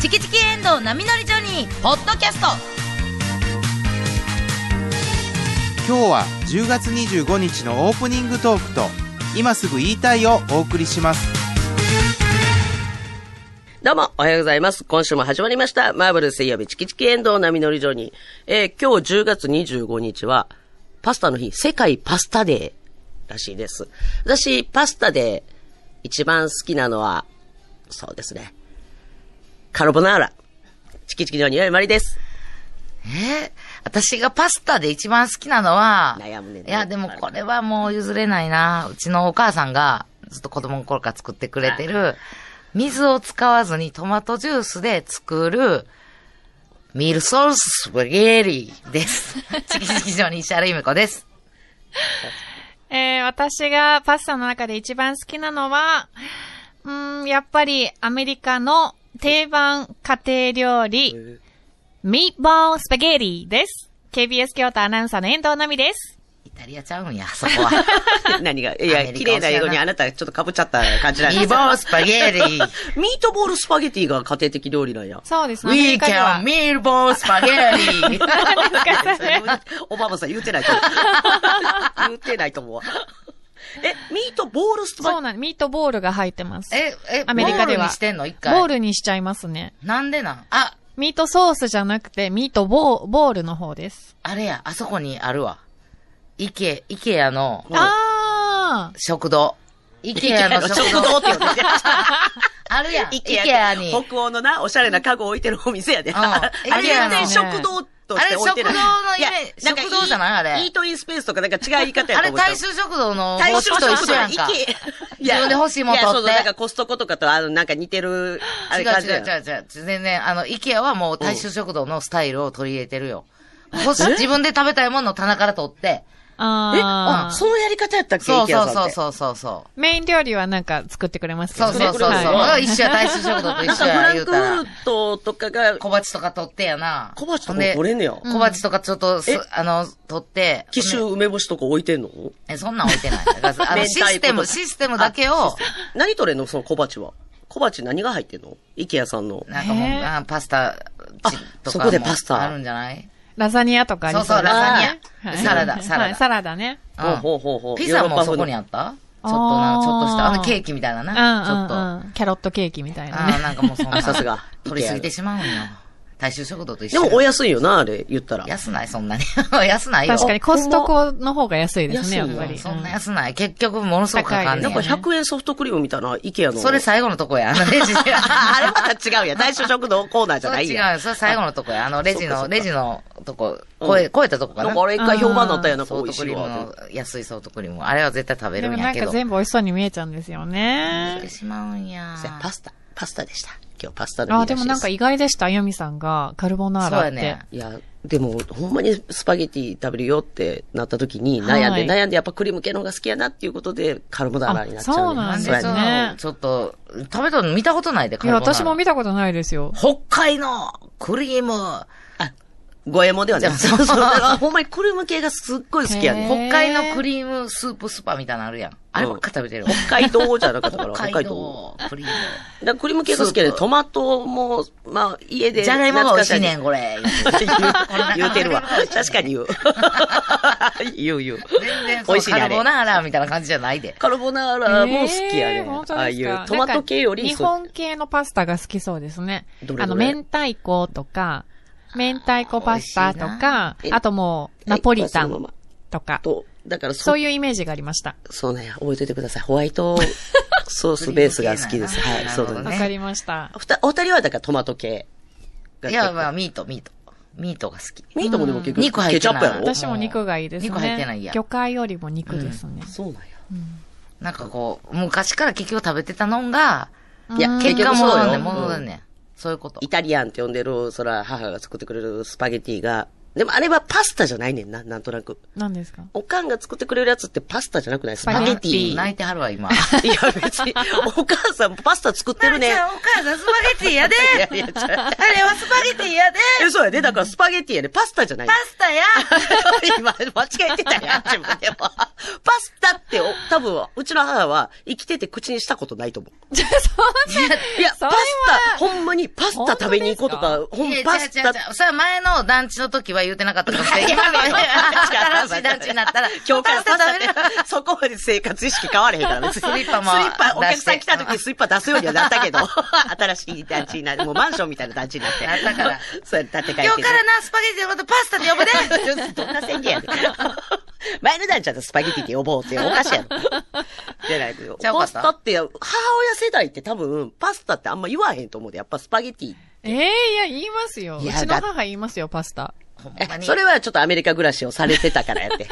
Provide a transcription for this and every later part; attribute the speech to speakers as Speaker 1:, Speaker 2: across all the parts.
Speaker 1: チキチキエンドウ波乗りジョニー」ポッドキャスト
Speaker 2: 今日は10月25日のオープニングトークと今すぐ言いたいをお送りします
Speaker 3: どうも、おはようございます。今週も始まりました。マーブル水曜日、チキチキエンドウ波乗りジョニー。えー今日10月25日は、パスタの日、世界パスタデーらしいです。私、パスタで一番好きなのは、そうですね。カルボナーラ。チキチキジョニー、まりです。
Speaker 4: えー私がパスタで一番好きなのは、
Speaker 3: 悩むね
Speaker 4: いや、でもこれはもう譲れないな。うちのお母さんが、ずっと子供の頃から作ってくれてる、水を使わずにトマトジュースで作る、ミルソーススパゲーリーです。 チキチキ上に石原由美子です。
Speaker 5: えー私がパスタの中で一番好きなのは、うーん、やっぱりアメリカの定番家庭料理、ミーボースパゲリです。KBS 京都アナウンサーの遠藤奈美です。
Speaker 4: イタリアちゃうんや、そ こは。
Speaker 3: 何が、い
Speaker 4: アメリ
Speaker 3: や、
Speaker 4: カ
Speaker 3: 綺麗な英語
Speaker 4: おしゃれ
Speaker 3: に
Speaker 4: な
Speaker 3: あなたちょっと被っちゃった感じなん
Speaker 4: ミ
Speaker 3: です
Speaker 4: ーボースパゲーリー。
Speaker 3: ミートボールスパゲティが家庭的料理なんや。
Speaker 5: そうですね。アメ
Speaker 4: We
Speaker 5: リカで
Speaker 4: can
Speaker 5: は
Speaker 4: m e a l b a l l スパゲー リー。
Speaker 3: オバマさん言うてないと 思う。言うてないと思うわ。え、ミートボールスパ
Speaker 5: そうなんミートボールが入ってます。
Speaker 4: え、え、
Speaker 5: アメリカで
Speaker 4: ボール
Speaker 5: は。
Speaker 4: にしてんの一
Speaker 5: ボー
Speaker 4: 回。
Speaker 5: ルにしちゃいますね。
Speaker 4: なんでなんあ、
Speaker 5: ミートソースじゃなくて、ミートボー、ボールの方です。
Speaker 4: あれや、あそこにあるわ。イケ、イケアの
Speaker 3: うん
Speaker 5: あ
Speaker 4: 食堂。イケアの食堂。
Speaker 3: 食堂って言うて
Speaker 4: あるやん。イケアに。
Speaker 3: 北欧のな、おしゃれな家具置いてるお店やで。
Speaker 4: うん
Speaker 3: あれはね、
Speaker 4: IKEA
Speaker 5: の
Speaker 3: 食堂として置いてる。
Speaker 4: あれ食堂のイメー
Speaker 3: い
Speaker 4: ジ
Speaker 3: やんか
Speaker 4: 食堂じゃないあれ
Speaker 3: イートインスペースとかなんか違う言い方や
Speaker 4: あ
Speaker 3: と
Speaker 4: れ、
Speaker 3: 思うけど。
Speaker 4: 大衆食堂の
Speaker 3: 大
Speaker 4: 方
Speaker 3: 衆
Speaker 4: 式と
Speaker 3: 食
Speaker 4: 一緒
Speaker 3: 堂
Speaker 4: やん
Speaker 3: 行
Speaker 4: か。
Speaker 3: け。
Speaker 4: 自分で欲しいもん
Speaker 3: や
Speaker 4: 取
Speaker 3: そう
Speaker 4: っ
Speaker 3: そう、なんか
Speaker 4: て。
Speaker 3: コストコとかとあの、なんか似てる、あ
Speaker 4: 違う
Speaker 3: れ感じ
Speaker 4: 違
Speaker 3: だ
Speaker 4: う
Speaker 3: よ
Speaker 4: 違う違う。全然、あの、イケアはもう大衆食堂のスタイルを取り入れてるよ。欲しい自分で食べたいものを棚から取って。
Speaker 5: あ。あ
Speaker 3: あ
Speaker 5: あ。
Speaker 3: そのやり方やったっけ
Speaker 4: そうそう
Speaker 3: IKEA さん
Speaker 4: そ
Speaker 3: っ
Speaker 4: う
Speaker 3: て
Speaker 4: そうそうそう。
Speaker 5: メイン料理はなんか作ってくれますけど
Speaker 4: そう
Speaker 5: ね
Speaker 4: そうそうそう。
Speaker 5: はい
Speaker 4: うん一緒や、大衆食堂と一
Speaker 3: なんか
Speaker 4: 緒
Speaker 3: フ
Speaker 4: や、
Speaker 3: ラ
Speaker 4: 言
Speaker 3: ン
Speaker 4: う
Speaker 3: ク
Speaker 4: たら
Speaker 3: フル。トとかが、
Speaker 4: 小鉢とか取ってやな。
Speaker 3: 小鉢と
Speaker 4: ほ
Speaker 3: か
Speaker 4: んで
Speaker 3: 取れんねや。
Speaker 4: 小鉢とかちょっとす
Speaker 3: え、
Speaker 4: あの、取って。
Speaker 3: 紀州梅干しとか置いてんの
Speaker 4: え、そんなん置いてない。だからあの、
Speaker 3: 明
Speaker 4: シ
Speaker 3: 太子とか
Speaker 4: ステム、システムだけを、
Speaker 3: 何取れんのその小鉢は。小鉢何が入ってんのイケアさんの。
Speaker 4: なんかもう、
Speaker 5: へー
Speaker 4: あパスタチと
Speaker 3: そ
Speaker 4: か
Speaker 3: こ
Speaker 4: も
Speaker 3: でパスタ
Speaker 4: あるんじゃない
Speaker 5: ラザニアとかあり
Speaker 4: そうそうラ
Speaker 3: ザニ
Speaker 4: ア
Speaker 5: はい
Speaker 4: サラダ
Speaker 5: はい
Speaker 4: サラダ
Speaker 5: はいサラダね。
Speaker 4: う
Speaker 3: ほうんほうほうほう。
Speaker 4: ピザもそこに
Speaker 3: あ
Speaker 4: あったちょっとな、
Speaker 5: あー
Speaker 4: ちょっとした、あのケーキみたいな
Speaker 5: う
Speaker 4: な。
Speaker 5: ん
Speaker 4: ちょっと。
Speaker 5: う
Speaker 4: あ
Speaker 5: んうん。キャロットケーキみたいな
Speaker 4: あー、
Speaker 5: ね。
Speaker 4: なんかもうそんな。
Speaker 3: さすが
Speaker 4: 取りすぎてしまうんよ。大衆食堂と一
Speaker 3: で
Speaker 4: 緒や。
Speaker 3: もお安いよな、あれ、言ったら。
Speaker 4: 安ない、そんなに。 安ないよ。
Speaker 5: 確かにコストコの方が安いですね、や
Speaker 3: 安
Speaker 5: っ
Speaker 3: いよ
Speaker 5: ぱ
Speaker 4: うん
Speaker 5: り。
Speaker 4: そんな安ない。結局、ものすごくかかんね
Speaker 3: なん
Speaker 4: ん
Speaker 3: か。100円ソフトクリームみたいな、イケアの。
Speaker 4: それ、最後のとこや。あのレジ
Speaker 3: あれまた違うやん。大衆食堂コーナーじ
Speaker 4: そ
Speaker 3: ゃ
Speaker 4: れ
Speaker 3: ない
Speaker 4: 違う
Speaker 3: やん。
Speaker 4: よ。それ最後のとこや。あの、レジ
Speaker 3: そっ
Speaker 4: の、
Speaker 3: かそっか
Speaker 4: レジのとこ、超え、超えたとこか
Speaker 3: な
Speaker 4: な。
Speaker 3: んかあれ一回評判になったやん、なんか
Speaker 4: ソ
Speaker 3: 美
Speaker 4: ー
Speaker 3: 味
Speaker 4: トク
Speaker 3: しい
Speaker 4: リーム
Speaker 3: わ。
Speaker 4: の、安いソフトクリーム。あれは絶対食べ
Speaker 5: で
Speaker 4: る
Speaker 5: も
Speaker 4: ん
Speaker 5: な
Speaker 4: や
Speaker 5: ん
Speaker 4: け
Speaker 5: か
Speaker 4: ど。
Speaker 5: 全部美味しそうに見えちゃうんですよね
Speaker 4: て。しまうんや。
Speaker 3: パスタ、パスタでした。今日パスタの
Speaker 5: あ、
Speaker 3: 見出し
Speaker 5: でもなんか
Speaker 3: す
Speaker 5: 意外でした、ヨミさんが、カルボナー
Speaker 4: そう
Speaker 5: ラ
Speaker 4: や
Speaker 5: っ
Speaker 4: ね
Speaker 5: て。。
Speaker 3: いや、でも、ほんまにスパゲティ食べるよってなった時に悩んで、
Speaker 5: はい
Speaker 3: 悩んでやっぱクリーム系の方が好きやなっていうことで、カルボナーラになっちゃう、ね。
Speaker 5: あそうなん
Speaker 4: なん
Speaker 5: そう
Speaker 4: で
Speaker 5: や
Speaker 4: そ
Speaker 5: ね
Speaker 4: の、ちょっと、食べたの見たことないで、カ
Speaker 5: い
Speaker 4: ル
Speaker 5: や、
Speaker 4: ボナーラ
Speaker 5: 私も見たことないですよ。
Speaker 4: 北海のクリーム。
Speaker 3: ごえもんではない。
Speaker 4: じゃ
Speaker 3: そ
Speaker 4: あ
Speaker 3: うそう。だからほんまにクリーム系がすっごい好きやね
Speaker 5: へ
Speaker 3: ん。
Speaker 5: ー
Speaker 4: 北海のクリームスープスパみたいなのあるやん。あればっか食べてるわ。
Speaker 3: 北海道じゃなかったから、
Speaker 4: 北
Speaker 3: 北海
Speaker 4: 海
Speaker 3: 道。
Speaker 4: 道クリーム。
Speaker 3: だからクリーム系が好きやねん。
Speaker 4: スープ
Speaker 3: トマトも、まあ、家で。
Speaker 4: じゃがいもが美味しいね
Speaker 3: ん。
Speaker 4: ん、これ。
Speaker 3: 言う言うてるわ。確かに言う。 言う言う。
Speaker 4: 全然
Speaker 3: 美
Speaker 4: そう、
Speaker 3: 味しいね
Speaker 4: カ
Speaker 3: あ
Speaker 4: ル
Speaker 3: れ
Speaker 4: ボナーラみたいな感じじゃないで。
Speaker 3: カルボナーラも好きや
Speaker 5: え
Speaker 3: ね
Speaker 5: ー
Speaker 3: ん。
Speaker 5: 本当ですか
Speaker 3: ああいうトマト系より、
Speaker 5: なんか日本系のパスタが好きそうですね
Speaker 3: ど。れ
Speaker 5: あの、
Speaker 3: どれ
Speaker 5: 明太子とか、明太子パスタとか
Speaker 3: 美味しい、な
Speaker 5: あともう、
Speaker 3: はい
Speaker 5: ナポリタ
Speaker 3: そのま
Speaker 5: ン
Speaker 3: ま
Speaker 5: とか、
Speaker 3: と、だからそ
Speaker 5: そういうイメージがありました。
Speaker 3: そうね、覚えといてください。ホワイトソースベースが好きです。
Speaker 4: クリーム
Speaker 3: は
Speaker 4: 系
Speaker 3: い、
Speaker 4: な
Speaker 3: そうだ
Speaker 4: なる
Speaker 3: ね。
Speaker 4: ほどね
Speaker 5: わかりました。
Speaker 3: ふたお二人はだからトマト系が
Speaker 4: い
Speaker 3: 結構。
Speaker 4: や、まあ、ミート、ミート。ミートが好き。
Speaker 3: ミートもでも結
Speaker 4: うん肉
Speaker 3: 局、
Speaker 4: 入っ
Speaker 3: ケチ
Speaker 4: て
Speaker 3: ャ
Speaker 4: ない
Speaker 3: ップやろ
Speaker 5: 私も肉がいいですね。
Speaker 4: 肉入ってないや
Speaker 5: 魚介よりも肉ですね。
Speaker 3: そうなんや。
Speaker 4: なんかこう、昔から結局食べてたのんが、
Speaker 3: いや、
Speaker 4: 結果
Speaker 3: 結局そう
Speaker 4: 戻
Speaker 3: よ
Speaker 4: るねん、戻るねん。そういうこと
Speaker 3: イ。タリアンって呼んでる、そら、母が作ってくれるスパゲティが、でもあれはパスタじゃないねんな、なんとなく。
Speaker 5: 何ですか
Speaker 3: おかんが作ってくれるやつってパスタじゃなくないス
Speaker 5: パ
Speaker 3: パ
Speaker 5: ゲ
Speaker 3: ゲ
Speaker 5: ッ
Speaker 3: テ
Speaker 5: テ
Speaker 3: ィ。いや
Speaker 4: 泣いてはるわ、今。
Speaker 3: 別に、お母さんパスタ作ってるね。い
Speaker 1: なあちゃんお母さんスパゲティやで
Speaker 3: やいや、ちゃ
Speaker 1: あ
Speaker 3: う
Speaker 1: れはスパゲティやで
Speaker 3: え、そうやね。だからスパゲティやね。パスタじゃない
Speaker 1: パ。スタや
Speaker 3: 今、間違えてたやん、自分でも。パスタってお、多分、うちの母は生きてて口にしたことないと思う。いや、
Speaker 5: それ
Speaker 3: パ
Speaker 5: は
Speaker 3: スタ、ほんまにパスタ食べに行こうとか、ほん
Speaker 4: いや
Speaker 3: パス
Speaker 4: 違う違
Speaker 3: タ
Speaker 4: う違う。それは前の団地の時は言うてなかった かもしれんけど、今の新しい団地になったら、
Speaker 3: 今日からパス
Speaker 4: パス
Speaker 3: タ
Speaker 4: タ
Speaker 3: っ
Speaker 4: 食
Speaker 3: て
Speaker 4: べる。、
Speaker 3: そこまで生活意識変われへんから、別に。
Speaker 4: スリッパも
Speaker 3: スリッパ、お客さん
Speaker 4: 出
Speaker 3: 来
Speaker 4: して
Speaker 3: た時にスリッパ出すようにはなったけど、新しい団地になって、もうマンションみたいな団地になって。
Speaker 4: なったから
Speaker 3: そうやって建て替えて。
Speaker 4: 今日からな、スパゲティのことパスタって呼ぶで。
Speaker 3: どんな宣言やねん。前の段ちゃんとスパゲティって呼ぼうっておかしい やろ。じゃないけど。
Speaker 4: ちゃう
Speaker 3: パ
Speaker 4: か
Speaker 3: ス
Speaker 4: った
Speaker 3: タって、母親世代って多分、パスタってあんま言わへんと思うで、やっぱスパゲティ。
Speaker 5: ええいや、言いますよ。う
Speaker 3: いや
Speaker 5: ちの
Speaker 3: だ
Speaker 5: 母言いますよ、パスタ。
Speaker 4: ほんま
Speaker 3: え
Speaker 4: に。
Speaker 3: それはちょっとアメリカ暮らしをされてたからや って。
Speaker 5: えー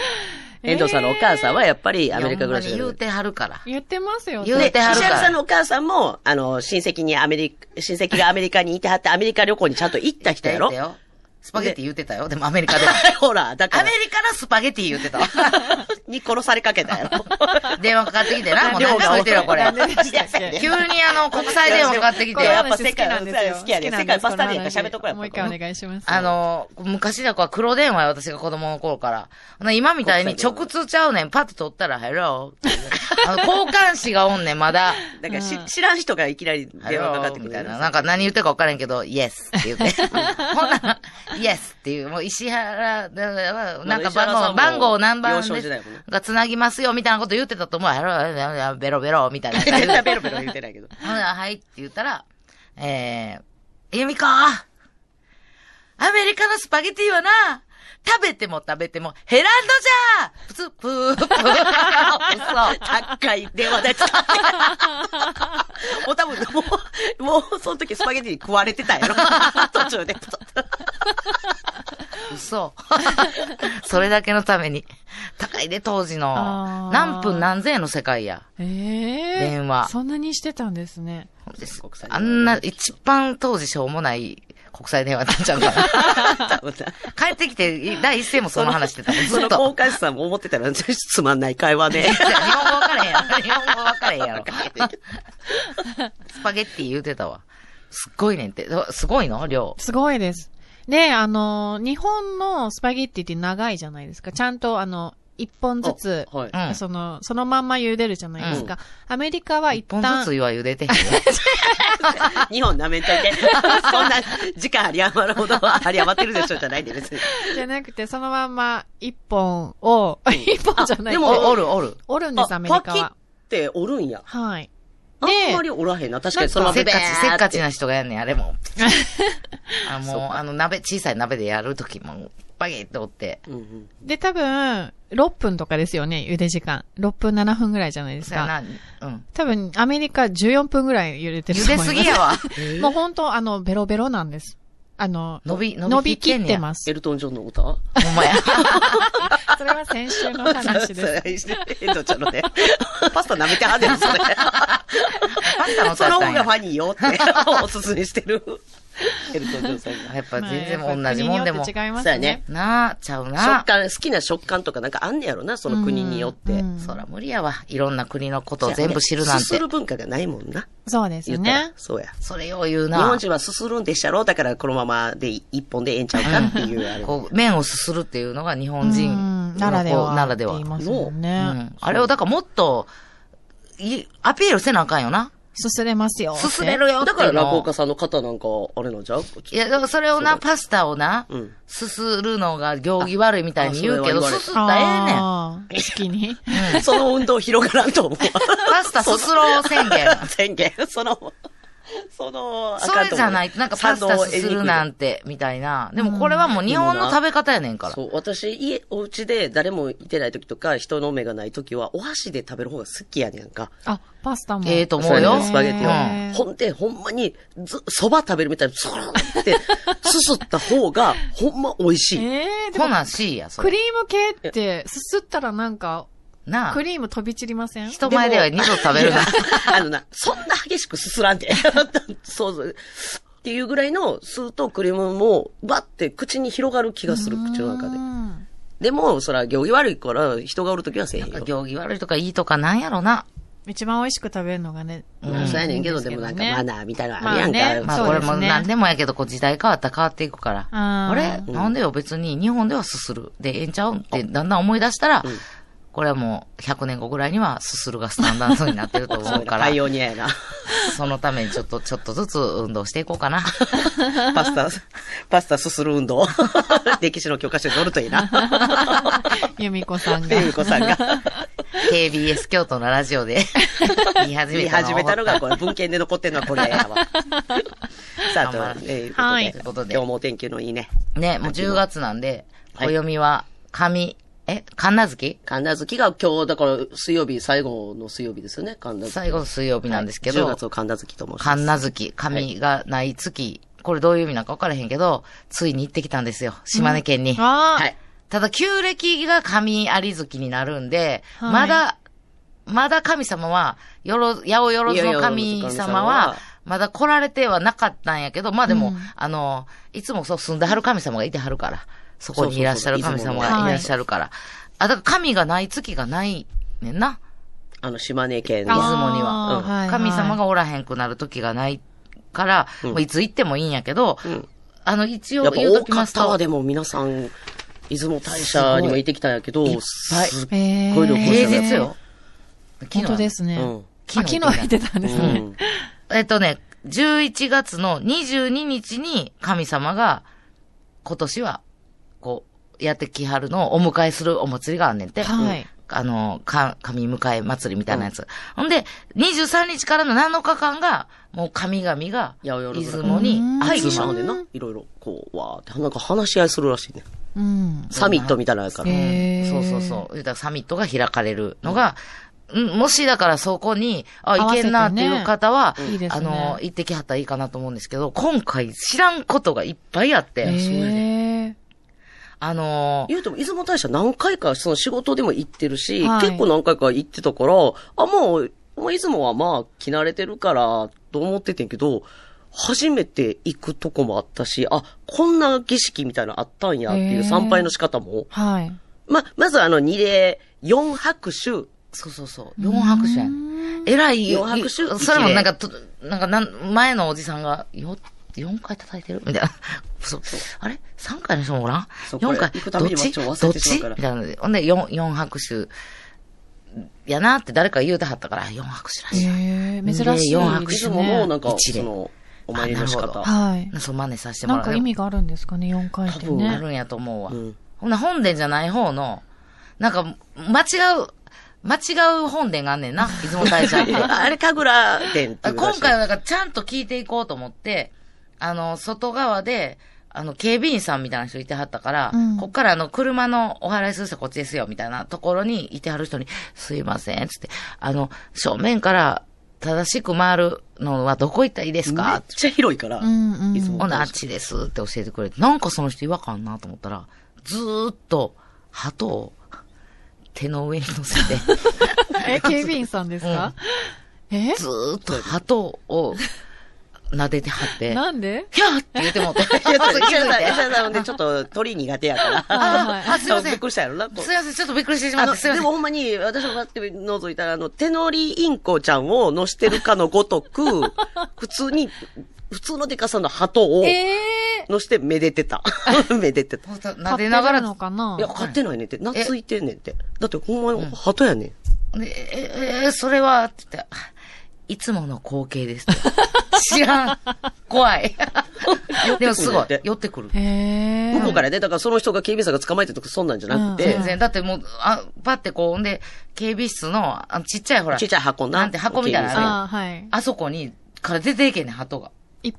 Speaker 3: 遠藤さんのお母さんはやっぱりアメリカ暮らし
Speaker 4: いやほんまに言うてはるから。
Speaker 5: 言ってますよ。
Speaker 4: 言う
Speaker 3: で、
Speaker 4: てはる
Speaker 3: 石
Speaker 4: から
Speaker 3: 原さんのお母さんも、あの、親戚にアメリカ、親戚がアメリカにいてはって、アメリカ旅行にちゃんと行った人やろ
Speaker 4: 言うてよスパゲティ言うてたよ。でもアメリカでは。
Speaker 3: ほら、だか
Speaker 4: ア
Speaker 3: ら
Speaker 4: メ、リカのスパゲティ言うてたわ。
Speaker 3: に殺されかけたやろ。
Speaker 4: 電話かかってき て な、もう何回も言ってるよ、これ
Speaker 5: なん。ででしたっけ
Speaker 4: 急にあの、国際電話かかってき
Speaker 3: い
Speaker 4: て
Speaker 3: や、
Speaker 5: や
Speaker 3: やっぱ
Speaker 5: っぱ
Speaker 3: 世
Speaker 5: 世
Speaker 3: 界
Speaker 5: 界
Speaker 3: の
Speaker 5: なんですよ。
Speaker 3: 好きやね
Speaker 5: 好きなん
Speaker 3: 世界
Speaker 5: です
Speaker 3: パスタでやから喋っとこうや
Speaker 5: もう一回お願いします。
Speaker 4: あ、の、昔だから黒電話よ、私が子供の頃から。な今みたいに直通ちゃうねん、パッと取ったら、ヘロー。あの、交換士がおんねん、ま だ。
Speaker 3: だからし、知らん人がいきなり電話かかってきた
Speaker 4: な。
Speaker 3: ら。
Speaker 4: なんか何言ってるか分からんけど、イエスって言って。ほんなら、イエスっていう、もう石原、なんか
Speaker 3: 石原さんも
Speaker 4: 番号、番号何番
Speaker 3: 幼少時代
Speaker 4: で
Speaker 3: やもんね、
Speaker 4: が繋ぎますよ、みたいなこと言ってたと思うやろやろやろやろ、ベロベロ、みたいな。
Speaker 3: 絶対ベロベロ言うてないけど。
Speaker 4: ほな、はいって言ったら、えー、ゆみこアメリカのスパゲティはな、食べても食べてもヘランドじゃプツ、プー、プー、
Speaker 3: 高い電話代使って。もう多分、もう、もう、その時スパゲティに食われてたや ろ。途中で。
Speaker 4: 嘘。 それだけのために。高いで、当時
Speaker 5: あ
Speaker 4: の。
Speaker 5: ー
Speaker 4: 何分何千円の世界や。
Speaker 5: ええ
Speaker 4: 電話
Speaker 5: そんなにしてたんですね。
Speaker 3: 国際電話
Speaker 4: あんな、一番当時しょうもない国際電話になっちゃうから。
Speaker 3: 多分な
Speaker 4: 帰ってきて、第一声もその話してたもん、
Speaker 3: そ
Speaker 4: ず
Speaker 3: の
Speaker 4: っと。
Speaker 3: 交換士さんも思ってたら、つまんない会話で。
Speaker 4: 日本語分かれへんやろ。日本語分かれへんやろ。スパゲッティ言うてたわ。すっごいねんって。すごいの量。
Speaker 5: すごいです。で、あの、日本のスパゲッティって長いじゃないですか。ちゃんと、あの、一本ずつ、
Speaker 3: はい。
Speaker 4: うん。
Speaker 5: その、そのまんま茹でるじゃないですか。アメリカは一
Speaker 4: 一本ず
Speaker 5: 旦
Speaker 4: つ、言わ茹でてへん
Speaker 3: 日本舐めんといて。 そんな、時間あり余るほど、あり余ってるでしょ、じゃないんで、別に。
Speaker 5: じゃなくて、そのまんま一本を、一本じゃない。
Speaker 3: で
Speaker 5: で
Speaker 3: も
Speaker 5: も、
Speaker 4: おおるおる。
Speaker 5: おるんで
Speaker 3: あ
Speaker 5: す、アメリカ
Speaker 3: パキっ
Speaker 5: は。
Speaker 3: ておるんや。
Speaker 5: はい。
Speaker 3: あんま
Speaker 5: で、
Speaker 3: りおらへんな。確かにその
Speaker 4: せっか
Speaker 3: ベ
Speaker 4: ち
Speaker 3: ベー、って
Speaker 4: せっかちな人がやんねん、あれも。あもう、あの、鍋、小さい鍋でやるときも、バゲッとおって。
Speaker 3: うんうん
Speaker 5: で、多分、6分とかですよね、茹で時間。6分、7分ぐらいじゃないです
Speaker 4: そや
Speaker 5: か。
Speaker 4: な、うん。
Speaker 5: 多分、アメリカ14分ぐらい茹でてる
Speaker 4: 茹
Speaker 5: と思
Speaker 4: で
Speaker 5: います。
Speaker 4: すぎやわ。
Speaker 5: もう本当あの、ベロベロなんです。あの、
Speaker 4: 伸び、
Speaker 5: 伸びきって
Speaker 4: す。
Speaker 5: ます
Speaker 3: エ。ルトン・ジョンの歌
Speaker 4: ほんまや。
Speaker 5: それは先週の話です。
Speaker 3: す。エンドちゃんのね。 パスタ舐めてはんねん、それ。
Speaker 4: パスタの
Speaker 3: そ
Speaker 4: 歌
Speaker 3: の方
Speaker 4: やったん
Speaker 3: が
Speaker 4: や
Speaker 3: フ。ァニーよって、おすすめしてる。エルトン・ジョンさんが。
Speaker 4: やっぱ 全然
Speaker 5: まあ
Speaker 4: もう同じもんでも
Speaker 5: 国。によって違いま
Speaker 3: そう
Speaker 5: す
Speaker 3: やね
Speaker 5: ね。
Speaker 4: なあ、ちゃうな
Speaker 3: 食。感、好きな食感とかなんかあんねやろな、その国によって。
Speaker 5: うん
Speaker 4: そら無理やわ。いろんな国のことを全部知るなん
Speaker 3: すす
Speaker 4: て
Speaker 3: る。文化がないもんな。
Speaker 5: そうです
Speaker 3: 言
Speaker 5: よ
Speaker 3: ったら
Speaker 5: ね。
Speaker 3: そうや。
Speaker 4: それを言う
Speaker 3: 日本
Speaker 4: な。
Speaker 3: 人はすするんでっしゃろだからこのままで一本でええんちゃうかっていうあれ。
Speaker 4: こう、麺をすするっていうのが日本
Speaker 5: うん
Speaker 4: 人
Speaker 5: ならでは。
Speaker 4: ならでは
Speaker 5: 言い。ますもん
Speaker 4: う
Speaker 5: ね。
Speaker 4: んあれをだからもっと、いアピールせなあかんよな。
Speaker 5: すすれますよ。
Speaker 4: すすれるよって
Speaker 3: だ
Speaker 4: いうのを。
Speaker 3: から落語家さんの方なんか、あれなんじゃう
Speaker 4: いや、だからそれをな、
Speaker 3: そう
Speaker 4: パスタをな、
Speaker 3: うん
Speaker 4: すするのが行儀悪いみたいに言うけ
Speaker 3: あ
Speaker 4: ど、
Speaker 3: あそれは言われる
Speaker 4: すすったらええねん。
Speaker 5: ええねん。好きに。
Speaker 3: その運動広がらんと思う。
Speaker 4: パスタすすろう宣言。
Speaker 3: 宣言。 その、その、あ
Speaker 4: そ
Speaker 3: かん
Speaker 4: れ
Speaker 3: と思う
Speaker 4: じゃない、なんかパスタすするなんて、みたいな。でもこれはもう日本の食べ方やねんから。
Speaker 3: そう、私、家、お家で誰もいてない時とか、人の目がない時は、お箸で食べる方が好きやねんか。
Speaker 5: あ、パスタも。
Speaker 4: ええと思う
Speaker 3: そうや
Speaker 4: よ。
Speaker 3: ねスパゲティ
Speaker 5: へ
Speaker 3: を。
Speaker 5: ー
Speaker 3: ほんで、ほんまに、ず、蕎麦食べるみたいに、スルー って、すすった方が、ほんま美味しい。
Speaker 5: ええで
Speaker 4: ほ
Speaker 5: も、
Speaker 4: な、しいや、そ
Speaker 5: ク
Speaker 4: れ。
Speaker 5: リーム系って、すすったらなんか、
Speaker 4: なあ
Speaker 5: ク。リーム飛び散りません
Speaker 4: 人前 では二度食べるな。
Speaker 3: あのな、そんな激しくすすらんで。そうそう。っていうぐらいの酢とクリームも、バって口に広がる気がする、口の中で
Speaker 5: う。ん
Speaker 3: でも、そら、行儀悪いから、人がおるときはせえへんよ。
Speaker 4: 行儀悪いとかいいとかなんやろな。
Speaker 5: 一番美味しく食べるのがね。
Speaker 3: うんそうやねんけど、でもなんか
Speaker 5: ね
Speaker 3: マナーみたいなのあるやんか。
Speaker 5: まあね
Speaker 4: まあ
Speaker 5: そ
Speaker 4: こ
Speaker 5: う
Speaker 4: れ
Speaker 5: ですね
Speaker 4: も何でもやけど、こう時代変わったら変わっていくから。
Speaker 5: あ
Speaker 4: あれ
Speaker 5: ー
Speaker 4: なんでよ、別に日本ではすする。で、ええんちゃうんってだんだん思い出したら、これはもう100年後ぐらいにはすするがスタンダードになってると思 うから
Speaker 3: パ、イオニアやな。
Speaker 4: そのためにちょっと、ちょっとずつ運動していこうかな。
Speaker 3: パスタ、パスタすする運動。 歴史の教科書に載るとい いな。
Speaker 5: 由美子さんが。
Speaker 3: ゆうこさんが
Speaker 4: KBS 京都のラジオ で言い始
Speaker 3: 見
Speaker 4: めたの
Speaker 3: 始めたのが、これ、文献で残ってんのはこれ やわ。さあ、と
Speaker 4: 頑張る
Speaker 3: えーいうことで
Speaker 5: はい
Speaker 3: ということで今日もお天気のいいね。
Speaker 4: ね、もう10月なんで、
Speaker 3: はい
Speaker 4: 暦は、神、え、神奈月
Speaker 3: 神奈月が今日、だから、水曜日、最後の水曜日ですよね、神奈月。
Speaker 4: 最後の水曜日なんですけど、
Speaker 3: 10月を神奈月と申します。
Speaker 4: 神奈月、神がない月、これどういう意味なのか分からへんけど、ついに行ってきたんですよ。島根県に。
Speaker 5: あー
Speaker 3: はい。
Speaker 4: ただ、旧暦が神有月になるんで、
Speaker 5: はい
Speaker 4: まだ、まだ神様は、よろ、八百万の
Speaker 3: 八
Speaker 4: 神
Speaker 3: 百万の神
Speaker 4: 様
Speaker 3: 様
Speaker 4: は
Speaker 3: は、
Speaker 4: まだ来られてはなかったんやけど、まあでも、
Speaker 5: うん
Speaker 4: あの、いつもそう住んではる神様がいてはるから、そこにいらっしゃる
Speaker 3: そうそう
Speaker 4: 神
Speaker 3: そう
Speaker 4: 様
Speaker 3: いつ
Speaker 5: も
Speaker 4: が
Speaker 5: ね
Speaker 4: いらっしゃるから。あ、だから神がない月がないねんな、
Speaker 3: あの、島根県
Speaker 4: 出
Speaker 5: あ
Speaker 3: の。
Speaker 4: 雲に
Speaker 5: あーはいは
Speaker 4: は。
Speaker 5: い
Speaker 4: うん神様がおらへんくなる時がないから、
Speaker 3: ん
Speaker 4: もういつ行ってもいいんやけど、
Speaker 3: うん
Speaker 4: あの、一
Speaker 3: や
Speaker 4: 応
Speaker 3: っぱ
Speaker 4: 言うと
Speaker 3: 多
Speaker 4: き
Speaker 3: か
Speaker 4: ま
Speaker 3: っ
Speaker 4: す
Speaker 3: たわ、
Speaker 4: と、
Speaker 3: でも皆さん、出雲大社にも行ってきたんやけど、
Speaker 4: すごいいっぱい
Speaker 3: すっ
Speaker 5: えー
Speaker 3: こういう旅行
Speaker 4: 平
Speaker 3: 者だ
Speaker 4: 日よ。
Speaker 5: 本当ですね。
Speaker 3: うん
Speaker 5: あ昨日行ってたんです
Speaker 3: う
Speaker 5: ね。
Speaker 3: ん。
Speaker 4: えっとね、11月の22日に神様が今年はこうやってきはるのをお迎えするお祭りがあんねんて。
Speaker 5: はい
Speaker 4: あの、か、神迎え祭りみたいなやつ。ほんで、23日からの7日間が、もう神々が、
Speaker 3: 八百
Speaker 4: 出
Speaker 3: 万
Speaker 4: 雲に
Speaker 3: 会議
Speaker 4: 集
Speaker 3: し
Speaker 4: ま
Speaker 3: た
Speaker 4: る
Speaker 3: のでな、いろいろ、こう、わーって、なんか話し合いするらしいね。
Speaker 5: うん。
Speaker 3: サミットみたいなのやから。
Speaker 5: へー
Speaker 4: そうそうそう。言うたらサミットが開かれるのが、うんもしだからそこに、あ、
Speaker 5: 合
Speaker 4: 行
Speaker 5: わせ
Speaker 4: け
Speaker 5: てね
Speaker 4: んなっていう方は、
Speaker 5: うんいいで
Speaker 4: あ
Speaker 5: すね
Speaker 4: の、行ってきはったらいいかなと思うんですけど、今回知らんことがいっぱいあって、
Speaker 5: へ
Speaker 4: あのー
Speaker 3: 言うても、出雲大社何回か、その仕事でも行ってるし、
Speaker 5: はい
Speaker 3: 結構何回か行ってたから、あ、もう、もう出雲はまあ、着慣れてるから、と思っててんけど、初めて行くとこもあったし、あ、こんな儀式みたいなのあったんやってい
Speaker 5: へー
Speaker 3: う参拝の仕方も
Speaker 5: ー。はい。
Speaker 3: ま、まずあの、二礼、四拍手。
Speaker 4: そうそうそう、四拍手やねん。えらい、
Speaker 3: 四拍手
Speaker 4: いそれもなんか、となんかなん、前のおじさんが、よ、4回叩いてるみたいな。 そうあれ ?3 回の人もおらん
Speaker 3: そう
Speaker 4: ?4 回
Speaker 3: これ行く。た
Speaker 4: どっ
Speaker 3: びに
Speaker 4: ち
Speaker 3: も
Speaker 4: どっ
Speaker 3: ちょっと忘れて
Speaker 4: ち
Speaker 3: し
Speaker 4: み
Speaker 3: まうから
Speaker 4: たいなので。ほんで、4、四拍手、やなって誰か言うてはったから、4拍手らしい。
Speaker 5: へー珍しい。
Speaker 4: 四拍手
Speaker 3: 出雲もなんか、
Speaker 4: 一礼
Speaker 3: その、お参りの仕
Speaker 4: あなるほ
Speaker 3: 方。
Speaker 5: はい。
Speaker 4: そう、真似させても
Speaker 5: な
Speaker 4: ら
Speaker 5: ん
Speaker 4: う。
Speaker 5: か意味があるんですかね、4回転
Speaker 3: 多分
Speaker 4: あ
Speaker 5: ね。
Speaker 4: るんやと思うわ。
Speaker 3: うん
Speaker 4: ほんな本殿じゃない方の、なんか、間違う、間違う本殿があんねんな、出雲大社っ て。
Speaker 3: あれ、神楽殿っていうら
Speaker 4: 今
Speaker 3: しい
Speaker 4: 回はなんかちゃんと聞いていこうと思って、あの、外側で、あの、警備員さんみたいな人いてはったから、
Speaker 5: うん
Speaker 4: こっからあの、車のお払いする人はこっちですよ、みたいなところにいてはる人に、すいません、つって、あの、正面から正しく回るのはどこ行ったらいいです
Speaker 3: めっ
Speaker 4: か
Speaker 3: ちゃ広いから、
Speaker 5: うんうん
Speaker 3: 出雲
Speaker 4: ほな、
Speaker 3: 大
Speaker 4: あっ
Speaker 3: 社
Speaker 4: ちですって教えてくれて、なんかその人違和感なと思ったら、ずーっと、鳩を手の上に乗せて、
Speaker 5: え、警備員さんですかえ
Speaker 4: ずーっと鳩を撫でては って、
Speaker 5: なんで
Speaker 4: ひゃーって言ってもうて。気
Speaker 3: いや、そう、石
Speaker 4: づ
Speaker 3: 原さん、石
Speaker 4: いて。
Speaker 3: 原さんでちょっと鳥苦手やから。
Speaker 5: あ
Speaker 4: あ、すいません。
Speaker 3: びっくりしたやろな。こう
Speaker 4: すいません、ちょっとびっくりしてしま
Speaker 3: あ
Speaker 4: っ
Speaker 3: の、
Speaker 4: て、すいま
Speaker 3: で
Speaker 4: せん。
Speaker 3: もほんまに、私も待って覗いたら、あの、手乗りインコちゃんを乗してるかのごとく、普通に、普通のデカさんの鳩を
Speaker 5: え
Speaker 3: 乗してめでて た。めでてた。
Speaker 4: ほんと
Speaker 5: ー
Speaker 4: 撫でなが
Speaker 5: 買ってるの
Speaker 4: ら、
Speaker 5: かない
Speaker 3: や、飼ってないねんって。懐いてんねんって。だってほんまに鳩やねん。
Speaker 4: え、え、え、それは、って言って、いつもの光景です。 知らん。怖い。でもすごい。寄ってくる。
Speaker 5: え
Speaker 3: 向こうからね、だからその人が警備員さんが捕まえてとかそんなんじゃなくて、
Speaker 4: 全然。だってもう、あ、パってこう、ほんで、警備室の、あのちっちゃいほら、
Speaker 3: ちっちゃい箱な。
Speaker 4: なんて箱みたいなのあるやん
Speaker 5: ああ、はい。
Speaker 4: あそこに、から出ていけんねん、鳩が。
Speaker 5: い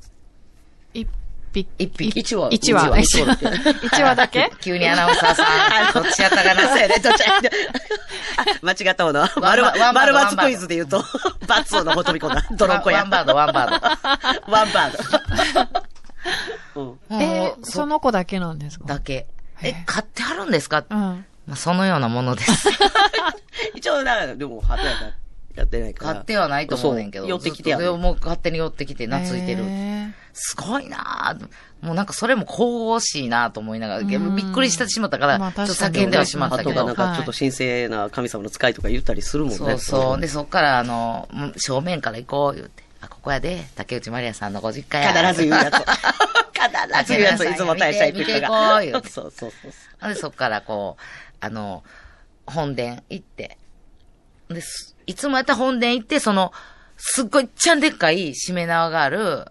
Speaker 5: 一匹。
Speaker 4: 一匹。
Speaker 3: 一羽。
Speaker 5: 一話。
Speaker 3: 一
Speaker 5: 一
Speaker 3: 羽
Speaker 5: 話一話だけ
Speaker 4: 急にアナウンサ ーさん、どっちやったかな、
Speaker 3: そうやね、どっちや間違ったもの。丸
Speaker 4: ワンバ
Speaker 3: バ、丸
Speaker 4: ワンバード
Speaker 3: バツクイズで言うと、 バツをのほとび込んだ。泥っこや。
Speaker 4: ワンバード、ワンバード。
Speaker 3: ド。ワンバー
Speaker 5: え
Speaker 4: もう
Speaker 5: ー、その子だけなんですか
Speaker 4: だけ。え、買ってはるんですか、
Speaker 5: うん。
Speaker 4: まあ、そのようなものです。
Speaker 3: ド。一応、な、でも、鳩やから、やってないから。
Speaker 4: 買ってはないと思うねんけど。
Speaker 3: そう寄ってきてや
Speaker 4: ずっとでももう勝手に寄ってきて、懐いてる。
Speaker 5: へ
Speaker 4: すごいなぁもうなんかそれも神々しいなぁと思いながら、びっくりしてしまったから、
Speaker 5: まあ
Speaker 4: ちょっと
Speaker 5: 確かに
Speaker 4: 叫んではしまった
Speaker 3: あ
Speaker 4: け
Speaker 3: と
Speaker 4: ど。
Speaker 3: がなんかちょっと神聖な神様の使いとか言ったりするもんね。
Speaker 4: そうそう。で、そっから、あの、ん正面から行こう、言って。あ、ここやで、竹内まりやさんのご実家や。
Speaker 3: 必ず言うやつ。必ず言うやつ、いつも大社行く人が。
Speaker 4: 見て見てこう言うて
Speaker 3: そうそうそう。
Speaker 4: で、そっからこう、あの、本殿行って。で、すいつもやったら本殿行って、その、すっごいちゃんでっかいしめ縄がある、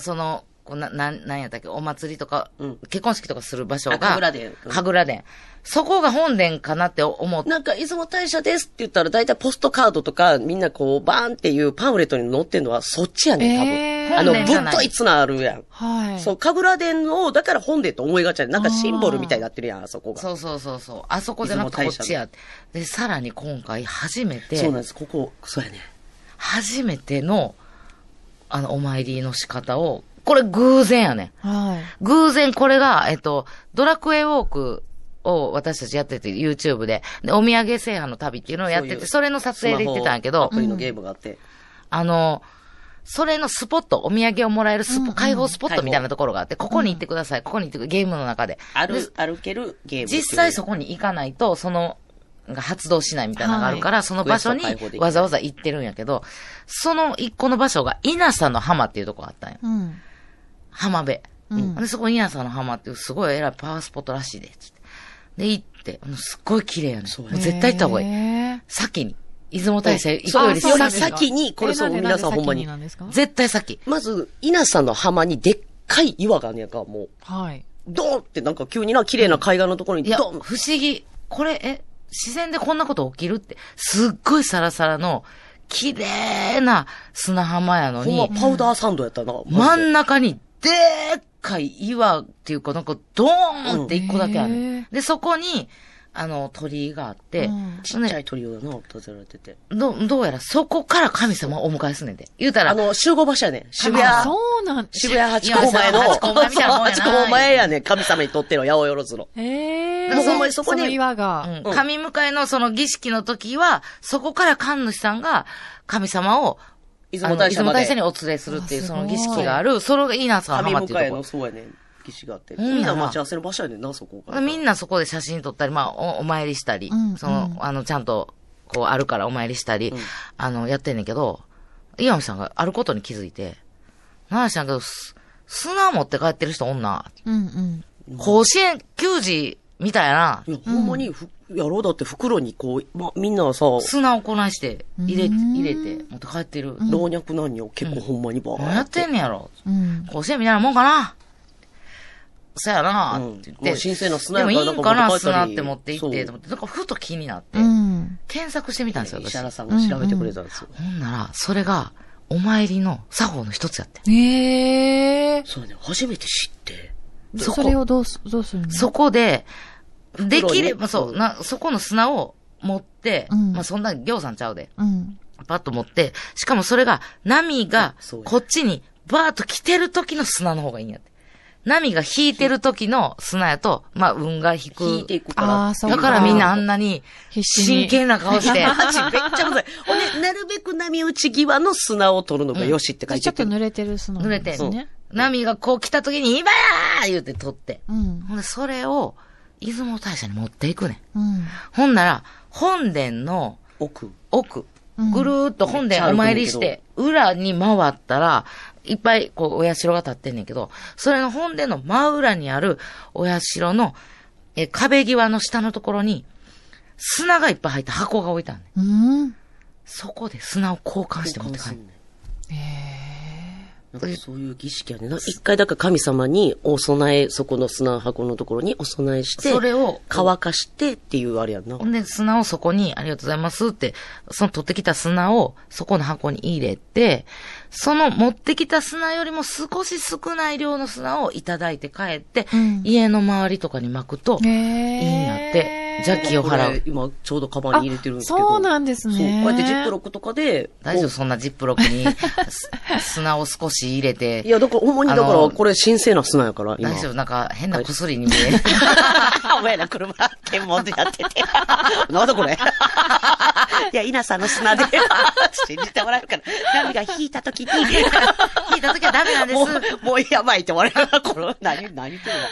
Speaker 4: その、こうな、なん、なんやったっけ、お祭りとか、
Speaker 3: うん
Speaker 4: 結婚式とかする場所
Speaker 3: あ
Speaker 4: が、
Speaker 3: 神楽殿うん
Speaker 4: 神楽殿。そこが本殿かなって思って、
Speaker 3: なんか、出雲大社ですって言ったら、大体ポストカードとか、みんなこう、バーンっていうパンフレットに載ってんのは、そっちやねん、多分。
Speaker 5: え
Speaker 4: ー
Speaker 3: あの、
Speaker 4: 本殿じゃ
Speaker 3: ぶ
Speaker 4: な
Speaker 3: っ
Speaker 4: い
Speaker 3: といつなあるやん。
Speaker 5: はい。
Speaker 3: そう、神楽殿を、だから本殿と思いがちやねんなんかシンボルみたいになってるやん、あそこが。
Speaker 4: そうそうそうそう、あそこじゃなくてこっちや。で、さらに今回初めて、
Speaker 3: そうなんです、ここ、そうやねん。
Speaker 4: 初めての、あの、お参りの仕方を、これ偶然やねん。
Speaker 5: はい。
Speaker 4: 偶然これが、えっと、ドラクエウォークを私たちやってて、YouTube で、でお土産制覇の旅っていうのをやって
Speaker 3: そうい
Speaker 4: て、
Speaker 3: う
Speaker 4: それの撮影で行ってたんやけど
Speaker 3: スマホア、プリのゲームがあって。
Speaker 4: あの、それのスポット、お土産をもらえるスポ、開放スポットみたいなところがあって、ここに行ってください、ここに行ってくゲームの中で。で
Speaker 3: 歩、歩けるゲーム。
Speaker 4: 実際そこに行かないと、その、が発動しないみたいなのがあるから、その場所に
Speaker 3: クエスト解放できない
Speaker 4: わざわざ行ってるんやけど、その一個の場所が稲佐の浜っていうとこがあったんよ。
Speaker 5: うん。
Speaker 4: 浜辺。
Speaker 5: うん
Speaker 4: で、そこに稲佐の浜っていうすごい偉いパワースポットらしいで、つって。で、行って、もうすっごい綺麗やねん。
Speaker 3: そうや
Speaker 4: もう絶対行った方がいい。
Speaker 5: いい。
Speaker 4: 先に。出雲大社行く
Speaker 3: そう
Speaker 4: より
Speaker 5: そうなんです
Speaker 4: 先に。
Speaker 5: か
Speaker 3: 先に、これそう、
Speaker 5: え
Speaker 3: 皆さんほんまに。
Speaker 5: なんで先なんですか
Speaker 4: 絶対先。
Speaker 3: まず、稲さんの浜にでっかい岩があんねやんか、もう。
Speaker 5: はい。
Speaker 3: ドーンってなんか急にな、綺麗な海岸のところに
Speaker 4: いや、
Speaker 3: ド
Speaker 4: 不
Speaker 3: ーン
Speaker 4: 思議。これ、え、自然でこんなこと起きるって。すっごいサラサラの、綺麗な砂浜やの
Speaker 3: ほんま
Speaker 4: に、
Speaker 3: パウダーサンドやったな。マ
Speaker 4: 真
Speaker 3: ジで
Speaker 4: ん中にでっかい岩っていうか、なんかドーンって一個だけある、
Speaker 5: うんへ
Speaker 4: で、そこに、あの、鳥居があって、
Speaker 5: うん
Speaker 3: ちっちゃい鳥をな、立てられてて。
Speaker 4: ど、どうやらそこから神様をお迎えすんねんて。言うたら、
Speaker 3: あの、集合場所やね。渋
Speaker 5: あ
Speaker 3: 谷、
Speaker 5: そうなん
Speaker 3: 渋谷八甲前の、
Speaker 4: いや八甲前みたいなもんやな
Speaker 3: そう八甲前やね。神様にとっての八百万の。
Speaker 5: え
Speaker 3: なんかほんまにそこに
Speaker 5: の岩が。
Speaker 4: うん神迎えのその儀式の時は、そこから神主さんが神様を、
Speaker 3: 出
Speaker 4: あの
Speaker 3: 雲大社まで。
Speaker 4: にお連れするっていう
Speaker 5: あす
Speaker 4: そ
Speaker 5: ごい
Speaker 4: の儀式がある、それがいいなさん
Speaker 3: 神
Speaker 4: 浜って
Speaker 3: 迎
Speaker 4: い
Speaker 3: え
Speaker 4: うと
Speaker 3: の、
Speaker 4: こ
Speaker 3: そうやね。儀式があって。
Speaker 4: ん
Speaker 3: みんな待ち合わせの場所やねんな、そこから。
Speaker 4: ろ。みん
Speaker 3: な。
Speaker 4: なそこで写真撮ったり、まあ、おお参りしたり、
Speaker 5: うん
Speaker 4: その、あの、ちゃんと、こう、あるからお参りしたり、あの、やってんねんけど、岩見さんがあることに気づいて、なんやしなんけど、す砂持って帰ってる人おんな。
Speaker 5: うんうん。
Speaker 4: 甲子園球児みたいな、
Speaker 3: いや、ほんまにふ、やろうだって袋にこう、ま、みんなさ、
Speaker 4: 砂をこないして、入れ、
Speaker 5: うん
Speaker 4: 入れて、持って帰ってる。
Speaker 3: 老若男女結構ほんまにバ
Speaker 4: 何
Speaker 3: ー
Speaker 4: やっ
Speaker 3: って。
Speaker 4: てんねやろ。
Speaker 5: うん。
Speaker 4: 甲子園みたいなもんかな。そやな、
Speaker 3: うん
Speaker 4: って言っ
Speaker 3: ま
Speaker 4: て。
Speaker 3: あ新鮮な砂
Speaker 4: で
Speaker 3: や
Speaker 4: も
Speaker 3: か
Speaker 4: い
Speaker 3: ら
Speaker 4: いんかな、
Speaker 3: なんか持って帰ったり
Speaker 4: 砂って持って行って、
Speaker 3: そう
Speaker 4: と思って、なんかふと気になって、
Speaker 5: うん。
Speaker 4: 検索してみたんですよ、
Speaker 3: 石
Speaker 4: 私。
Speaker 3: 原さんが調べてくれたんですよ。
Speaker 4: ほんなら、それが、お参りの作法の一つやって。
Speaker 5: ええ。
Speaker 3: そうやね、初めて知って。
Speaker 4: そこ
Speaker 5: それをどうす、どうするの
Speaker 4: そこで、できれ
Speaker 3: 袋
Speaker 4: ば、
Speaker 3: に
Speaker 4: そう、な、そこの砂を持って、
Speaker 5: うん
Speaker 4: まあ、そんな行さんちゃうで。
Speaker 5: うん。
Speaker 4: パッと持って、しかもそれが、波が
Speaker 3: あそう、や
Speaker 4: こっちに、バーッと来てる時の砂の方がいいんやって。波が引いてる時の砂やと、まあ、運が引く。
Speaker 3: 引いていくか
Speaker 5: あ
Speaker 3: ら
Speaker 5: ー。そう
Speaker 4: だからみんなあんなに、
Speaker 5: 必死に
Speaker 4: 真剣な 顔 して、
Speaker 3: マジめっちゃむずい。ほんで、なるべく波打ち際の砂を取るのがよしって書い
Speaker 5: ち
Speaker 3: て
Speaker 5: ょっと
Speaker 3: て、
Speaker 5: 濡れてる 砂
Speaker 4: 濡れて
Speaker 5: そ
Speaker 4: ん
Speaker 5: う
Speaker 4: ね。波がこう来た時に、今やー言うて取って。
Speaker 5: うん。
Speaker 4: ほんで、それを、出雲大社に持っていくねん。
Speaker 5: うん。
Speaker 4: ほんなら、本殿の
Speaker 3: 奥。
Speaker 4: 奥、ぐるーっと本殿お参りして、裏に回ったら、いっぱい、こう、お社が立ってんねんけど、それの本殿の真裏にあるお社の、え、壁際の下のところに、砂がいっぱい入った箱が置いてあんねん。
Speaker 5: うん。
Speaker 4: そこで砂を交換して持って帰る。
Speaker 3: なんかそういう儀式やねんな。一回だから神様にお供え、そこの砂箱のところにお供えして、
Speaker 4: それを
Speaker 3: 乾かしてっていうあれやんな
Speaker 4: ほ。んで、砂をそこに、ありがとうございますって、その取ってきた砂をそこの箱に入れて、その持ってきた砂よりも少し少ない量の砂をいただいて帰って、
Speaker 5: うん
Speaker 4: 家の周りとかに巻くと、
Speaker 5: え
Speaker 4: いいんやって。
Speaker 5: へー
Speaker 4: 邪気を
Speaker 3: こ
Speaker 4: 払
Speaker 3: れ
Speaker 4: う。
Speaker 3: 今ちょうどカバンに入れてるんですけど。
Speaker 5: あそうなんですね
Speaker 3: そうこうやってジップロックとかで。
Speaker 4: 大丈夫
Speaker 3: こ
Speaker 4: そんなジップロックにす砂を少し入れ
Speaker 3: うい
Speaker 4: て。
Speaker 3: や、だから、ほんまに、だか
Speaker 4: あの
Speaker 3: ら、これ神聖な砂やから、今。
Speaker 4: 大丈夫なんか変なこすりに見える。
Speaker 3: お前ら車、検問でやってて。なんだこれ。いや、稲さんの砂で、信じてもらうから、波が引いたときに、
Speaker 4: 聞いた時はダメなんで
Speaker 3: も
Speaker 4: す。
Speaker 3: う、もうやばいって笑うな、この、何、何言ってるの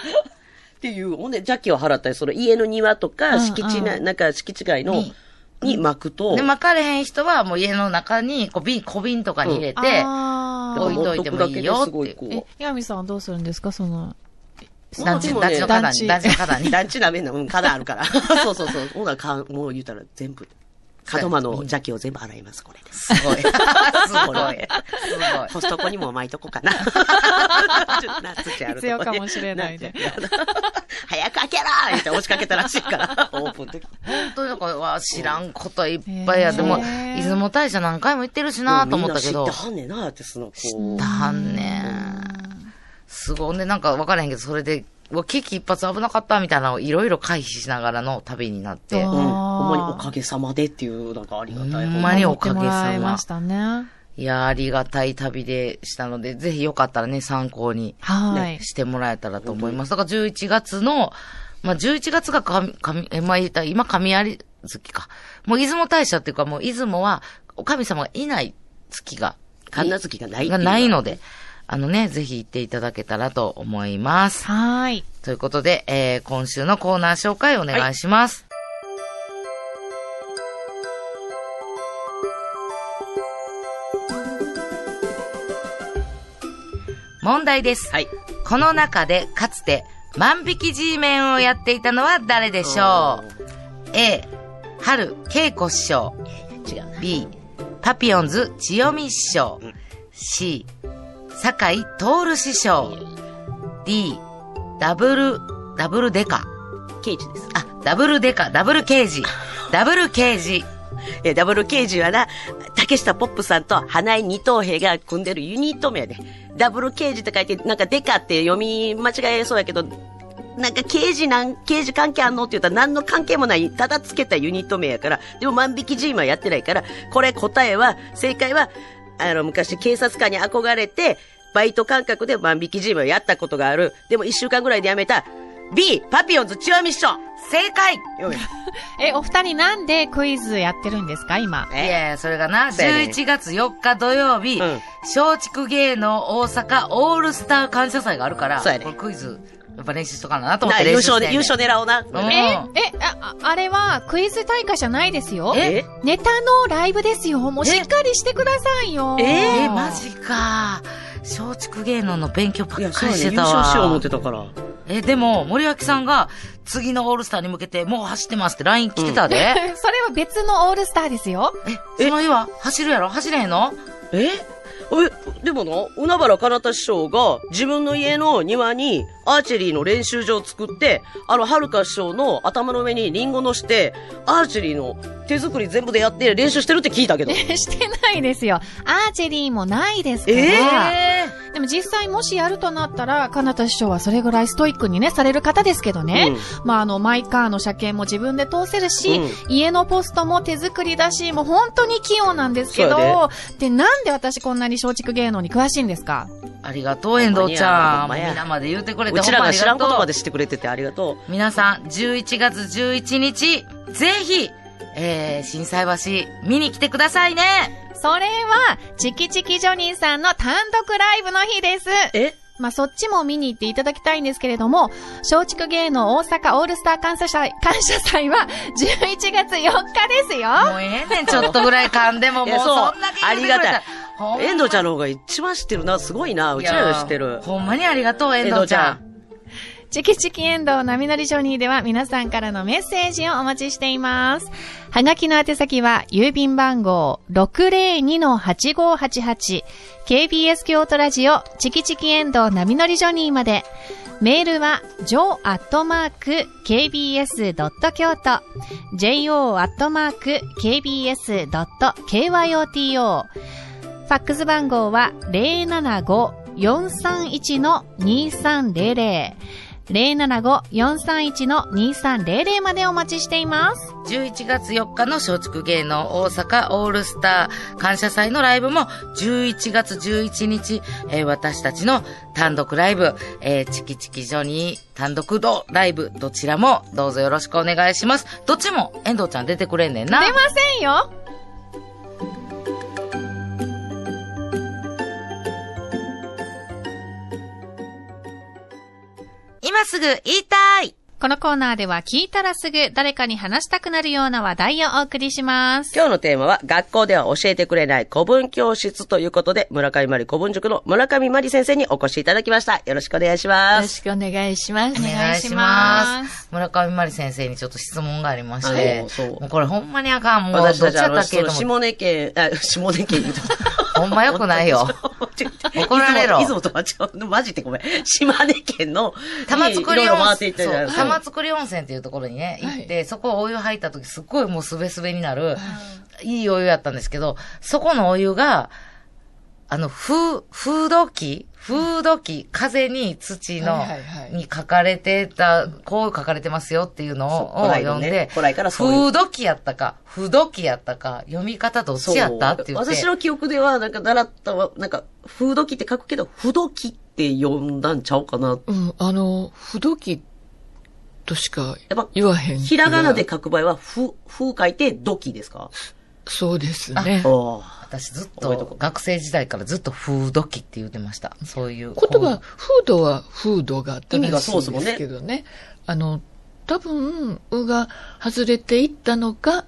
Speaker 3: っていう、ほんで、邪気を払ったり、その家の庭と
Speaker 5: うんう
Speaker 3: か、
Speaker 5: ん
Speaker 3: 敷地な、なんか敷地外の
Speaker 4: に、
Speaker 3: に巻くと、
Speaker 4: で、巻かれへん人はもう家の中にこう瓶、小瓶とかに入れて、
Speaker 5: あー
Speaker 4: 置いといてもいいよっていう
Speaker 3: だから持っとくだけですごいこ
Speaker 5: え、岩見さんはどうするんですかその、
Speaker 3: う。
Speaker 4: 団地、
Speaker 3: まあ
Speaker 4: 団
Speaker 3: で
Speaker 4: 地
Speaker 3: もね
Speaker 4: の花壇に、団地
Speaker 5: 団地
Speaker 4: の花壇に。
Speaker 3: 団地なめんな、うん、花壇あるから。 そうそうそう。ほな、かもう言うたら全部、角間の邪気を全部洗います、これ です。
Speaker 4: すごい。すごい。すごい。
Speaker 3: コストコにも巻いとこうかな。ちょっとな土あるとこね
Speaker 5: 必要かもしれないね
Speaker 3: 土あるとこ 早く開けろーって押しかけたらしいから、オープンの時。
Speaker 4: 本当になんか、わあ、知らんこといっぱいや。
Speaker 5: へー
Speaker 4: でも、出雲大社何回も行ってるしなと思ったけ
Speaker 3: みん
Speaker 4: ど
Speaker 3: な知っ。てはんねんなって、その、こ
Speaker 4: 知
Speaker 3: う
Speaker 4: った。はんねん。すごい。ほんで、なんか分からへんけど、それで、うわ、危機一発危なかったみたいなのをいろいろ回避しながらの旅になって
Speaker 5: あ
Speaker 3: うん。
Speaker 5: ー。
Speaker 3: ほんまにおかげさまでっていう、なんかありがたい。
Speaker 4: ほんまにおかげさま
Speaker 5: 守ってもらいましたね。
Speaker 4: いやー、ありがたい旅でしたので、ぜひよかったらね、参考に
Speaker 5: はい。
Speaker 4: してもらえたらと思います。だから11月の、まあ、11月が神、神、え、まあ、言ったら今神有月か。もう出雲大社っていうか、もう出雲は、お神様がいない月が、
Speaker 3: 神奈月がないって
Speaker 4: が
Speaker 3: う
Speaker 4: ないので、あのね、ぜひ行っていただけたらと思います。
Speaker 5: はい。
Speaker 4: ということで、えー、今週のコーナー紹介お願いします。問題です。
Speaker 3: はい。
Speaker 4: この中でかつて万引き G メンをやっていたのは誰でしょう ?A、春恵子師匠。
Speaker 3: 違う。
Speaker 4: B、パピオンズ千代美師匠。C、酒井徹師匠。D、ダブル、ダブルデカ。
Speaker 3: 刑事です。
Speaker 4: あ、ダブルデカ、ダブル 刑事。ダブル刑事。
Speaker 3: え、ダブル刑事はな、竹下ポップさんと花井二等兵が組んでるユニット名で、ダブル刑事って書いて、なんかデカって読み間違えそうやけど、なんか刑事なん、刑事関係あんのって言ったら何の関係もない、ただつけたユニット名やから、でも万引き G マンやってないから、これ答えは、正解は、あの、昔警察官に憧れて、バイト感覚で万引き G マンをやったことがある。でも一週間ぐらいでやめた、B、パピオンズ千代ミッション
Speaker 4: 正解
Speaker 3: よい
Speaker 5: え、お二人なんでクイズやってるんですか今。
Speaker 4: いやいや、それがな、
Speaker 3: そうやね
Speaker 4: 11月4日土曜日、
Speaker 3: うん
Speaker 4: 松竹芸能大阪オールスター感謝祭があるから、
Speaker 3: そうやね
Speaker 4: これクイズ、やっぱ練習しとかなと思っ
Speaker 3: な
Speaker 4: て
Speaker 3: 優
Speaker 4: 練習して
Speaker 3: 勝
Speaker 4: んね
Speaker 3: で、
Speaker 4: ん
Speaker 3: 優勝狙おうな。これ
Speaker 4: うん
Speaker 3: ね
Speaker 5: え、え、あ、ああれはクイズ大会じゃないですよ。
Speaker 3: え
Speaker 5: ネタのライブですよ。もう
Speaker 4: え
Speaker 5: しっかりしてくださいよ。
Speaker 3: え
Speaker 4: えー、マジか。松竹芸能の勉強ば
Speaker 3: い
Speaker 4: っ
Speaker 3: や、
Speaker 4: か
Speaker 3: そう
Speaker 4: り
Speaker 3: や
Speaker 4: し
Speaker 3: ね。優
Speaker 4: てたわ。
Speaker 3: 勝しよう思ってたから。
Speaker 4: え、でも、森脇さんが、次のオールスターに向けて、もう走ってますって LINE 来てたで。
Speaker 5: それは別のオールスターですよ。
Speaker 4: え、その日は、走るやろ走れへんの
Speaker 3: ええ、でもな、海原かなた師匠が自分の家の庭にアーチェリーの練習場を作って、あの、はるか師匠の頭の上にリンゴのして、アーチェリーの手作り全部でやって練習してるって聞いたけど。
Speaker 5: してないですよ。アーチェリーもないですから。
Speaker 4: え
Speaker 5: でも実際もしやるとなったら、かなた師匠はそれぐらいストイックにね、される方ですけどね。まああの、マイカーの車検も自分で通せるし、
Speaker 3: うん
Speaker 5: 家のポストも手作りだし、もう本当に器用なんですけ
Speaker 3: そ
Speaker 5: ど、
Speaker 3: うや
Speaker 5: で、なんで私こんなに松竹芸能に詳しいんですか
Speaker 4: ありがとう、遠藤ちゃ
Speaker 3: ほんま
Speaker 4: ん。もう
Speaker 3: や
Speaker 4: 皆まで言ってくれて、
Speaker 3: うちらが知らんことまで
Speaker 4: ほんまありがと
Speaker 3: 知ってくれててありがと
Speaker 4: う皆さん、11月11日、ぜひ、えー、震災橋、見に来てくださいね。
Speaker 5: それは、チキチキジョニーさんの単独ライブの日です。
Speaker 3: う。え
Speaker 5: まあ、そっちも見に行っていただきたいんですけれども、松竹芸能大阪オールスター感謝祭、感謝祭は11月4日ですよ。
Speaker 4: もうええねん、ちょっとぐらい噛んでも、
Speaker 3: い
Speaker 4: もう
Speaker 3: や
Speaker 4: そ
Speaker 3: そうん
Speaker 4: だけ言ってくれた
Speaker 3: ありがたい
Speaker 4: ほんま
Speaker 3: 遠藤ちゃんの方が一番知ってるな。すごいな。うちらより知って
Speaker 4: いや
Speaker 3: る。
Speaker 4: ほんまにありがとう、遠藤ちゃん。
Speaker 5: チキチキエンドウ波乗りジョニーでは皆さんからのメッセージをお待ちしています。はがきの宛先は郵便番号 602-8588KBS 京都ラジオチキチキエンドウ波乗りジョニーまで。メールは jo.kbs.kyoto jo.kbs.kyoto ファックス番号は075-431-2300。 075-431-2300までお待ちしています。
Speaker 4: 11月4日の松竹芸能大阪オールスター感謝祭のライブも11月11日、えー私たちの単独ライブ、えーチキチキジョニー単独ドライブ、どちらもどうぞよろしくお願いします。どっちも遠藤ちゃん出てくれんねんな。
Speaker 5: 出ませんよ
Speaker 4: 今すぐ言いたい
Speaker 5: このコーナーでは聞いたらすぐ誰かに話したくなるような話題をお送りします。
Speaker 3: 今日のテーマは、学校では教えてくれない古文教室ということで、村上真理古文塾の村上真理先生にお越しいただきました。よろしくお願いし
Speaker 6: よ
Speaker 3: ま
Speaker 6: ろ
Speaker 3: す。
Speaker 6: しくお願いしま
Speaker 5: お
Speaker 6: す。
Speaker 5: 願いします
Speaker 4: お願いしす。村上真理先生にちょっと質問がありまし
Speaker 3: あ
Speaker 4: て
Speaker 3: のそう、
Speaker 4: もうこれほんまにあかん、もうどっ
Speaker 3: 私
Speaker 4: ち
Speaker 3: た
Speaker 4: やっ
Speaker 3: ち、あ
Speaker 4: た
Speaker 3: の、
Speaker 4: っ
Speaker 3: そ
Speaker 4: けと
Speaker 3: の
Speaker 4: 思って
Speaker 3: 下根県、あ、下根県言う と
Speaker 4: ほんま良くな いよ。怒られろ
Speaker 3: いつもとは違う。マジでごめん。島根県の、
Speaker 4: 玉造り
Speaker 3: いろいろ回
Speaker 4: 温
Speaker 3: っていっ
Speaker 4: 泉、
Speaker 3: たじゃん
Speaker 4: そう玉造り温泉っていうところにね、行って、そこお湯入った時すっごいもうすべすべになる、いいお湯やったんですけど、そこのお湯が、あの、風、風土機風土機風に土の、
Speaker 6: はいはいはい
Speaker 4: に書かれてた、こう書かれてますよっていうの
Speaker 3: そう
Speaker 4: を、
Speaker 3: 古来の
Speaker 4: 読ん
Speaker 3: ね
Speaker 4: で、
Speaker 3: 古来からそういう
Speaker 4: 風土機やったか、風土機やったか、読み方どっちやったって言って。
Speaker 3: 私の記憶では、なんか習ったわ、なんか、風土記って書くけど、不土記って呼んだんちゃうかな。
Speaker 6: うん、あの、不動機としか
Speaker 3: やっぱ
Speaker 6: 言わへんから。
Speaker 3: ひらがなで書く場合は、ふ、ふ書いて、土記ですか
Speaker 6: そうですね。
Speaker 3: あ
Speaker 4: 私ずっ、
Speaker 3: 覚えとこと
Speaker 4: 学生時代からずっと風土機って言ってました。そういう。
Speaker 6: 言葉、風土は風土が
Speaker 3: 意味が
Speaker 6: 正し
Speaker 3: そうで
Speaker 6: い
Speaker 3: す
Speaker 6: ん
Speaker 3: もん
Speaker 6: で
Speaker 3: ね
Speaker 6: すけどね。あの、多分、うが外れていったのか、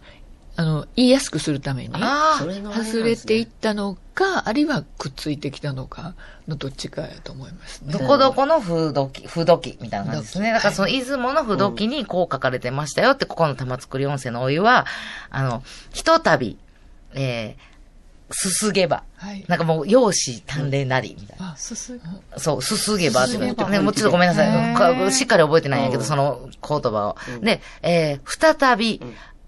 Speaker 6: あの、言いやすくするために、
Speaker 3: あ。
Speaker 4: あ
Speaker 3: そ
Speaker 4: あ、
Speaker 3: れのあなんですね
Speaker 6: 外れていったのか、あるいはくっついてきたのかのどっちかやと思いますね
Speaker 4: ど。こどこの風土記、風土記みたいな感じですね。
Speaker 6: 風土記
Speaker 4: だからその出雲の風土記にこう書かれてましたよって、ここの玉造り温泉のお湯は、あの、ひとたび、えー、すすげば。
Speaker 6: はい。
Speaker 4: なんかもう、容姿端麗なり、みたいな。
Speaker 6: あ、すす
Speaker 4: そう、すすげばって書いて
Speaker 3: すすげば
Speaker 4: ね、もうちょっとごめんなさ
Speaker 5: へ
Speaker 4: い。
Speaker 5: ー
Speaker 4: かしっかり覚えてないんやけ
Speaker 3: う
Speaker 4: ど、
Speaker 3: ん
Speaker 4: その言葉を。で、えー、再び、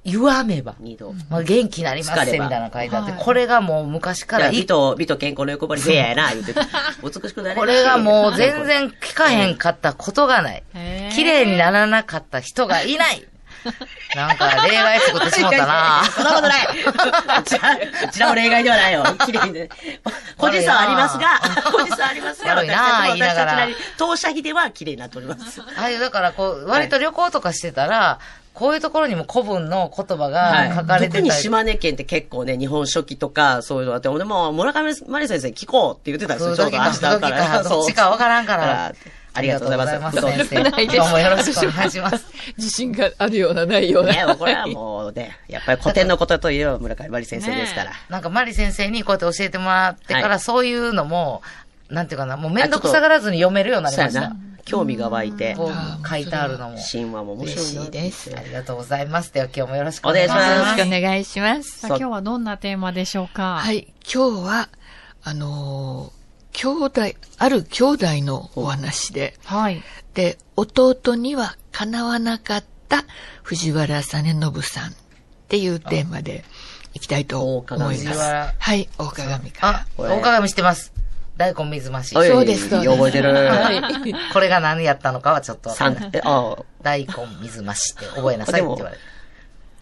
Speaker 4: ゆわめば。
Speaker 3: 二度。
Speaker 4: まあ、元気になります
Speaker 3: 疲れ
Speaker 4: せ、
Speaker 3: ば
Speaker 4: みたいな書いてあって、
Speaker 6: はい
Speaker 4: これがもう昔か
Speaker 3: い
Speaker 4: ら
Speaker 3: や、
Speaker 4: いい
Speaker 3: 美と、美と健康の横ばり、せややな、言うて。美しくなれ
Speaker 4: これがもう全然聞かへんかったことがない
Speaker 5: へ。ー
Speaker 4: 綺麗にならなかった人がい ない。なんか、例外作ってしもったな
Speaker 3: そんな ことない。うちらうちらも例外ではないよ。綺麗 に。個人差はありますが、個人差はありますが、
Speaker 4: 悪
Speaker 3: 私
Speaker 4: い
Speaker 3: た
Speaker 4: な
Speaker 3: ちも
Speaker 4: 言い
Speaker 3: 私
Speaker 4: なが
Speaker 3: た
Speaker 4: ら
Speaker 3: ちなりに、当社比では綺麗になっております。
Speaker 4: ああいう、だからこう、割と旅行とかしてたら、こういうところにも古文の言葉が書かれてた
Speaker 3: 特
Speaker 4: り。
Speaker 3: に島根県って結構ね、日本書紀とかそういうのあって、俺も村上真理先生に聞こうって言ってたんです
Speaker 4: そうい
Speaker 3: よ。
Speaker 4: う
Speaker 3: ちょう
Speaker 4: 時
Speaker 3: ど明日か
Speaker 4: か、そういう時
Speaker 3: ら。
Speaker 4: か、どっちかわからんか
Speaker 3: だ
Speaker 4: ら。
Speaker 3: ありがとうございます。
Speaker 4: 先生。
Speaker 3: ね
Speaker 4: 今日もよろしくお願い します。
Speaker 6: 自信があるようなないような。
Speaker 3: これはもうね、やっぱり古典のことといえば村上真理先生ですから。
Speaker 4: なんか、マリ先生にこうやって教えてもらってか
Speaker 3: は
Speaker 4: ら、そういうのも、なんていうかな、もうめんどくさがらずに読めるようになり
Speaker 3: そう
Speaker 4: ま
Speaker 3: や
Speaker 4: した
Speaker 3: な。。興味が湧いて、
Speaker 4: こう、書いてあるのも。
Speaker 3: 神話も面白いな
Speaker 6: 嬉しいです。
Speaker 4: ありがとうございます。では今日もよろしくお
Speaker 3: お願
Speaker 4: 願
Speaker 3: い
Speaker 4: い
Speaker 3: し
Speaker 4: し
Speaker 3: ま
Speaker 4: ますす。
Speaker 6: よろしくお願いします。
Speaker 5: さあ今日はどんなテーマでしょうか
Speaker 6: はい、今日は、あのー兄弟、ある兄弟のお話で、
Speaker 5: はい。
Speaker 6: で、弟にはかなわなかった藤原実信さんっていうテーマでいきたいと思いま
Speaker 3: お
Speaker 6: す。
Speaker 4: 藤原
Speaker 6: はい、大鏡から
Speaker 4: あ。、
Speaker 3: これ
Speaker 4: お鏡してます。大根水増し。
Speaker 3: おい
Speaker 6: そうです、そうです。
Speaker 3: 覚えてる
Speaker 6: はい。
Speaker 4: これが何やったのかはちょっとわか
Speaker 3: さ
Speaker 4: んない
Speaker 3: ん、え、あ
Speaker 4: 大根水増しって覚えなさいって言われる。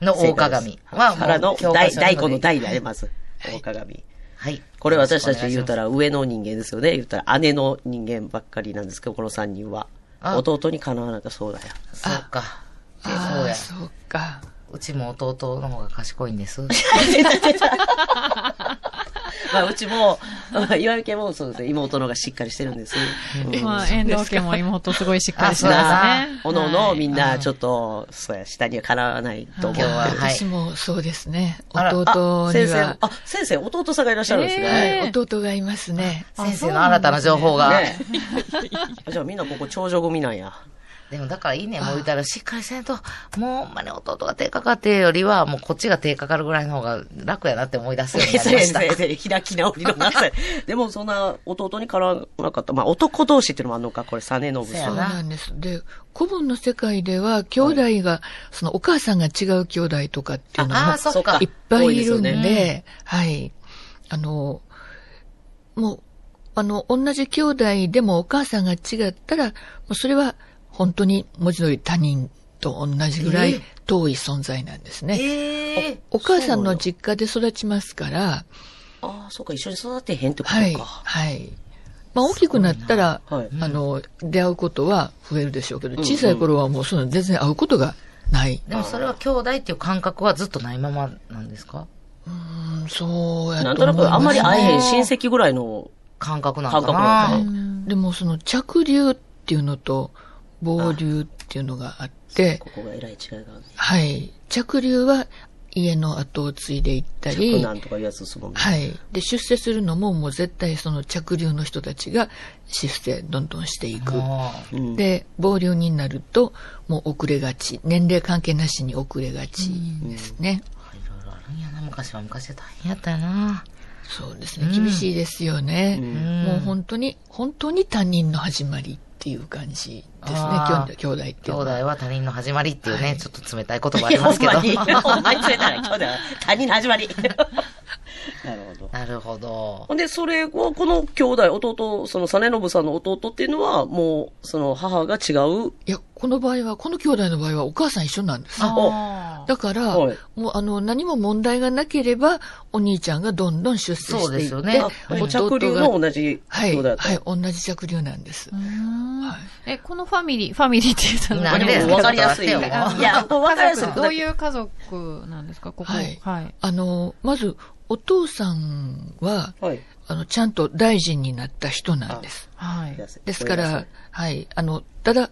Speaker 4: の
Speaker 3: あ、
Speaker 4: 大鏡は、
Speaker 3: からの、
Speaker 4: 教科
Speaker 3: 大
Speaker 4: 書
Speaker 3: 大
Speaker 4: に
Speaker 3: 根の。大であります。大鏡。
Speaker 4: はい。
Speaker 3: これ私たち言うた
Speaker 4: ら。
Speaker 3: ら上の人間ですよね。言うたら姉の人間ばっかりなんですけど、この三人は。
Speaker 4: あ
Speaker 3: 弟にかなわなかそうだよ。
Speaker 4: そうか。そう
Speaker 6: あ
Speaker 4: や
Speaker 6: あ、。そうか。
Speaker 4: うちも弟の方が賢いんです。
Speaker 3: まあ、うちも、まあ 岩井家もそうですね。妹の方がしっかりしてるんです。うん
Speaker 5: まあ、遠藤家も妹すごいしっかりして
Speaker 4: そうです
Speaker 5: ま
Speaker 3: な
Speaker 5: すね。
Speaker 3: おのおのみん
Speaker 4: は
Speaker 3: ないちょっと、そうや、下にはかなわないと思って
Speaker 4: 今日は、
Speaker 3: る。
Speaker 4: はい
Speaker 6: 私。もそうですね。
Speaker 4: あら
Speaker 6: 弟に
Speaker 3: 先生、
Speaker 6: は、
Speaker 3: あ、先生、弟さんがいらっしゃるんです
Speaker 5: え
Speaker 3: ね。
Speaker 5: ー
Speaker 6: はい、弟がいますね。
Speaker 4: 先生の新たな情報が。
Speaker 3: ねえじゃあみんなここ長女組なんや。
Speaker 4: でもだからいいね、もう言うたらしっかりせんと、もうほんまに弟が手かかってよりは、もうこっちが手かかるぐらいの方が楽やなって思い出すようになりま した。
Speaker 3: で、開き直りのなさい。でもそんな弟にからなかった。まあ男同士っていうのもあるのか、これ、サネノブ
Speaker 4: そう
Speaker 3: さ。
Speaker 4: や
Speaker 6: そうんなんです。で、古文の世界では、兄弟が、そのお母さんが違う兄弟とかっていうのも
Speaker 4: ああ、そっか
Speaker 6: いっ。ぱいいるんで、
Speaker 3: 多いです
Speaker 6: はい。あの、もう、あの、同じ兄弟でもお母さんが違ったら、もうそれは本当に文字通り他人と同じぐら
Speaker 4: え
Speaker 6: い遠い存在なんですね。
Speaker 4: ええ
Speaker 6: お母さんの実家で育ちますから、
Speaker 3: ああ、そうか、一緒に育てへんってこ
Speaker 6: はい、
Speaker 3: とか。
Speaker 6: はい。まあ大きくなったら、
Speaker 3: はい
Speaker 6: あの、出会うことは増えるでしょうけど、小さい頃はもうその全然会うことがない。
Speaker 4: でもそれは兄弟っていう感覚はずっとないままなんですか
Speaker 6: うん、そうや
Speaker 3: なん
Speaker 6: と
Speaker 3: と
Speaker 6: 思
Speaker 3: ない
Speaker 6: ます
Speaker 3: くあんまり会えへん親戚ぐらいの、
Speaker 4: 感覚なのか
Speaker 3: 感覚
Speaker 4: な
Speaker 3: な
Speaker 6: でもその着流っていうのと傍流っていうのがあって、
Speaker 3: ここがえらい違いがある。
Speaker 6: はい。着流は家の後を継いでいった
Speaker 3: 着
Speaker 6: り、
Speaker 3: 難とかいうやつですもんね。
Speaker 6: はい。で、出世するのももう絶対その着流の人たちが出世どんどんしていく。
Speaker 4: あ
Speaker 3: い。うん。
Speaker 6: で、傍流になるともう遅れがち。年齢関係なしに遅れがちですね。
Speaker 4: あ、いろいろあるんやな。昔は昔で大変やったよな。
Speaker 6: そうですね。厳しいですよね。
Speaker 4: ん
Speaker 6: もう本当に、本当に他人の始まりっていう感じですね。
Speaker 4: あー
Speaker 6: 兄弟兄弟って
Speaker 4: 兄
Speaker 6: いうのは
Speaker 4: 弟は他人の始まりっていう
Speaker 6: は
Speaker 4: ね、
Speaker 6: い
Speaker 4: ちょっと冷たい言葉 あ
Speaker 3: い
Speaker 4: り
Speaker 3: や、
Speaker 4: ま
Speaker 3: ほ
Speaker 4: す
Speaker 3: ん
Speaker 4: けど
Speaker 3: ま。に。ほんまに連れたら、今日だよ。他人の始まり。なるほど。
Speaker 4: なるほど。
Speaker 3: ほんで、それを、この兄弟、弟、その、実信さんの弟っていうのは、もう、その、母が違う。
Speaker 6: いや、この場合は、この兄弟の場合はお母さん一緒なんです。
Speaker 5: あ
Speaker 6: だから、
Speaker 3: はい
Speaker 6: もうあの、何も問題がなければ、お兄ちゃんがどんどん出
Speaker 4: そ
Speaker 6: 世
Speaker 4: う
Speaker 6: して
Speaker 4: で
Speaker 6: い
Speaker 4: す
Speaker 6: って、
Speaker 4: よね
Speaker 3: あ
Speaker 6: 弟が
Speaker 3: 着流の同じ
Speaker 6: は
Speaker 3: 兄
Speaker 6: い、
Speaker 3: 弟だ
Speaker 6: は
Speaker 3: った。
Speaker 6: い、同じ着流なんです。
Speaker 5: ーうーん
Speaker 6: はい
Speaker 5: え、このファミリー、ファミリーって言ったの
Speaker 4: なんで
Speaker 5: あれ
Speaker 3: もう分かりやすい。い
Speaker 4: ちょっと待ってよ
Speaker 3: や、これ分かりやすい。
Speaker 5: どういう家族なんですかここ。
Speaker 6: はい
Speaker 5: はい。
Speaker 6: あの、まず、お父さんは、
Speaker 3: はい。
Speaker 6: あの、ちゃんと大臣になった人なんです。
Speaker 5: はい。
Speaker 6: ですか
Speaker 3: わりや
Speaker 6: ら、はい、あの、ただ、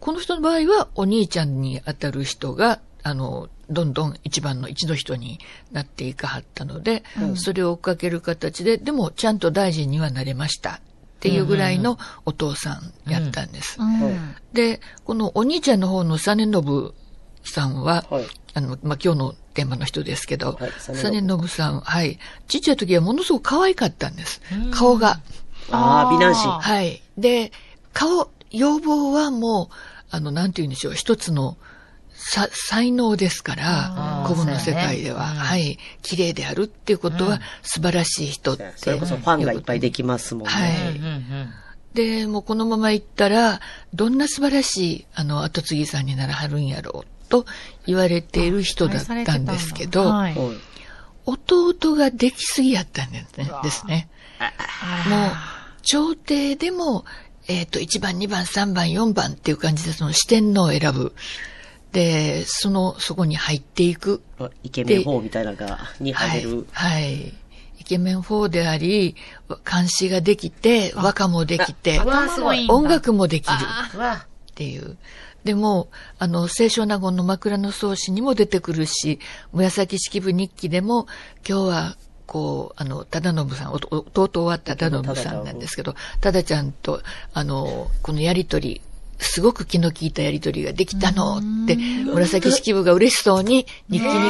Speaker 6: この人の場合は、お兄ちゃんに当たる人が、あの、どんどん一番の一度人になっていかはったので、それを追っかける形で、でも、ちゃんと大臣にはなれました。っていうぐらいのお父さんやったんです。
Speaker 5: うん。
Speaker 6: で、このお兄ちゃんの方の実信さんは、
Speaker 3: はい
Speaker 6: あの、まあ、今日のテーマの人ですけど、
Speaker 3: はい
Speaker 6: 実
Speaker 3: 実
Speaker 6: 信さん、はい、ちっちゃい時はものすごく可愛かったんです。顔が。
Speaker 3: すい。ああ、美男子。
Speaker 6: はい。で、顔、要望はもう、あの、なんて言うんでしょう、一つの、さ、才能ですから
Speaker 4: あ、ー
Speaker 6: 古文の世界で
Speaker 4: そうや
Speaker 6: は、
Speaker 4: ねうん
Speaker 6: はい、綺麗であるっていうことは、素晴らしい人って。
Speaker 3: それこそファンがいっぱいできますもんね。
Speaker 6: は
Speaker 4: うん
Speaker 6: い。
Speaker 4: うんうん。
Speaker 6: で、もうこのまま行ったら、どんな素晴らしい、あの、後継ぎさんにならはるんやろう、と言われている人だったんですけど、
Speaker 5: はい。
Speaker 3: はい
Speaker 6: 弟ができすぎやったんですね。ですねもう、朝廷でも、えっ、と、1番、2番、3番、4番っていう感じで、その四天王を選ぶ。で、その、そこに入っていく。
Speaker 3: イケメン4みたいなのが、に
Speaker 6: は
Speaker 3: 入
Speaker 6: い
Speaker 3: れる。。
Speaker 6: はい。イケメン4であり、監視ができて、和歌もできて、
Speaker 4: うわ、すごい。
Speaker 6: 音楽もできる。
Speaker 4: うわ、
Speaker 6: っていう。でも、あの、清少納言の枕草子にも出てくるし、紫式部日記でも、今日は、こう、あの、忠信さん、おと弟は忠信さんなんですけど、忠ちゃんと、あの、このやりとり、すごく気の利いたやりとりができたのって、紫式部が嬉しそうに日記に書くぐ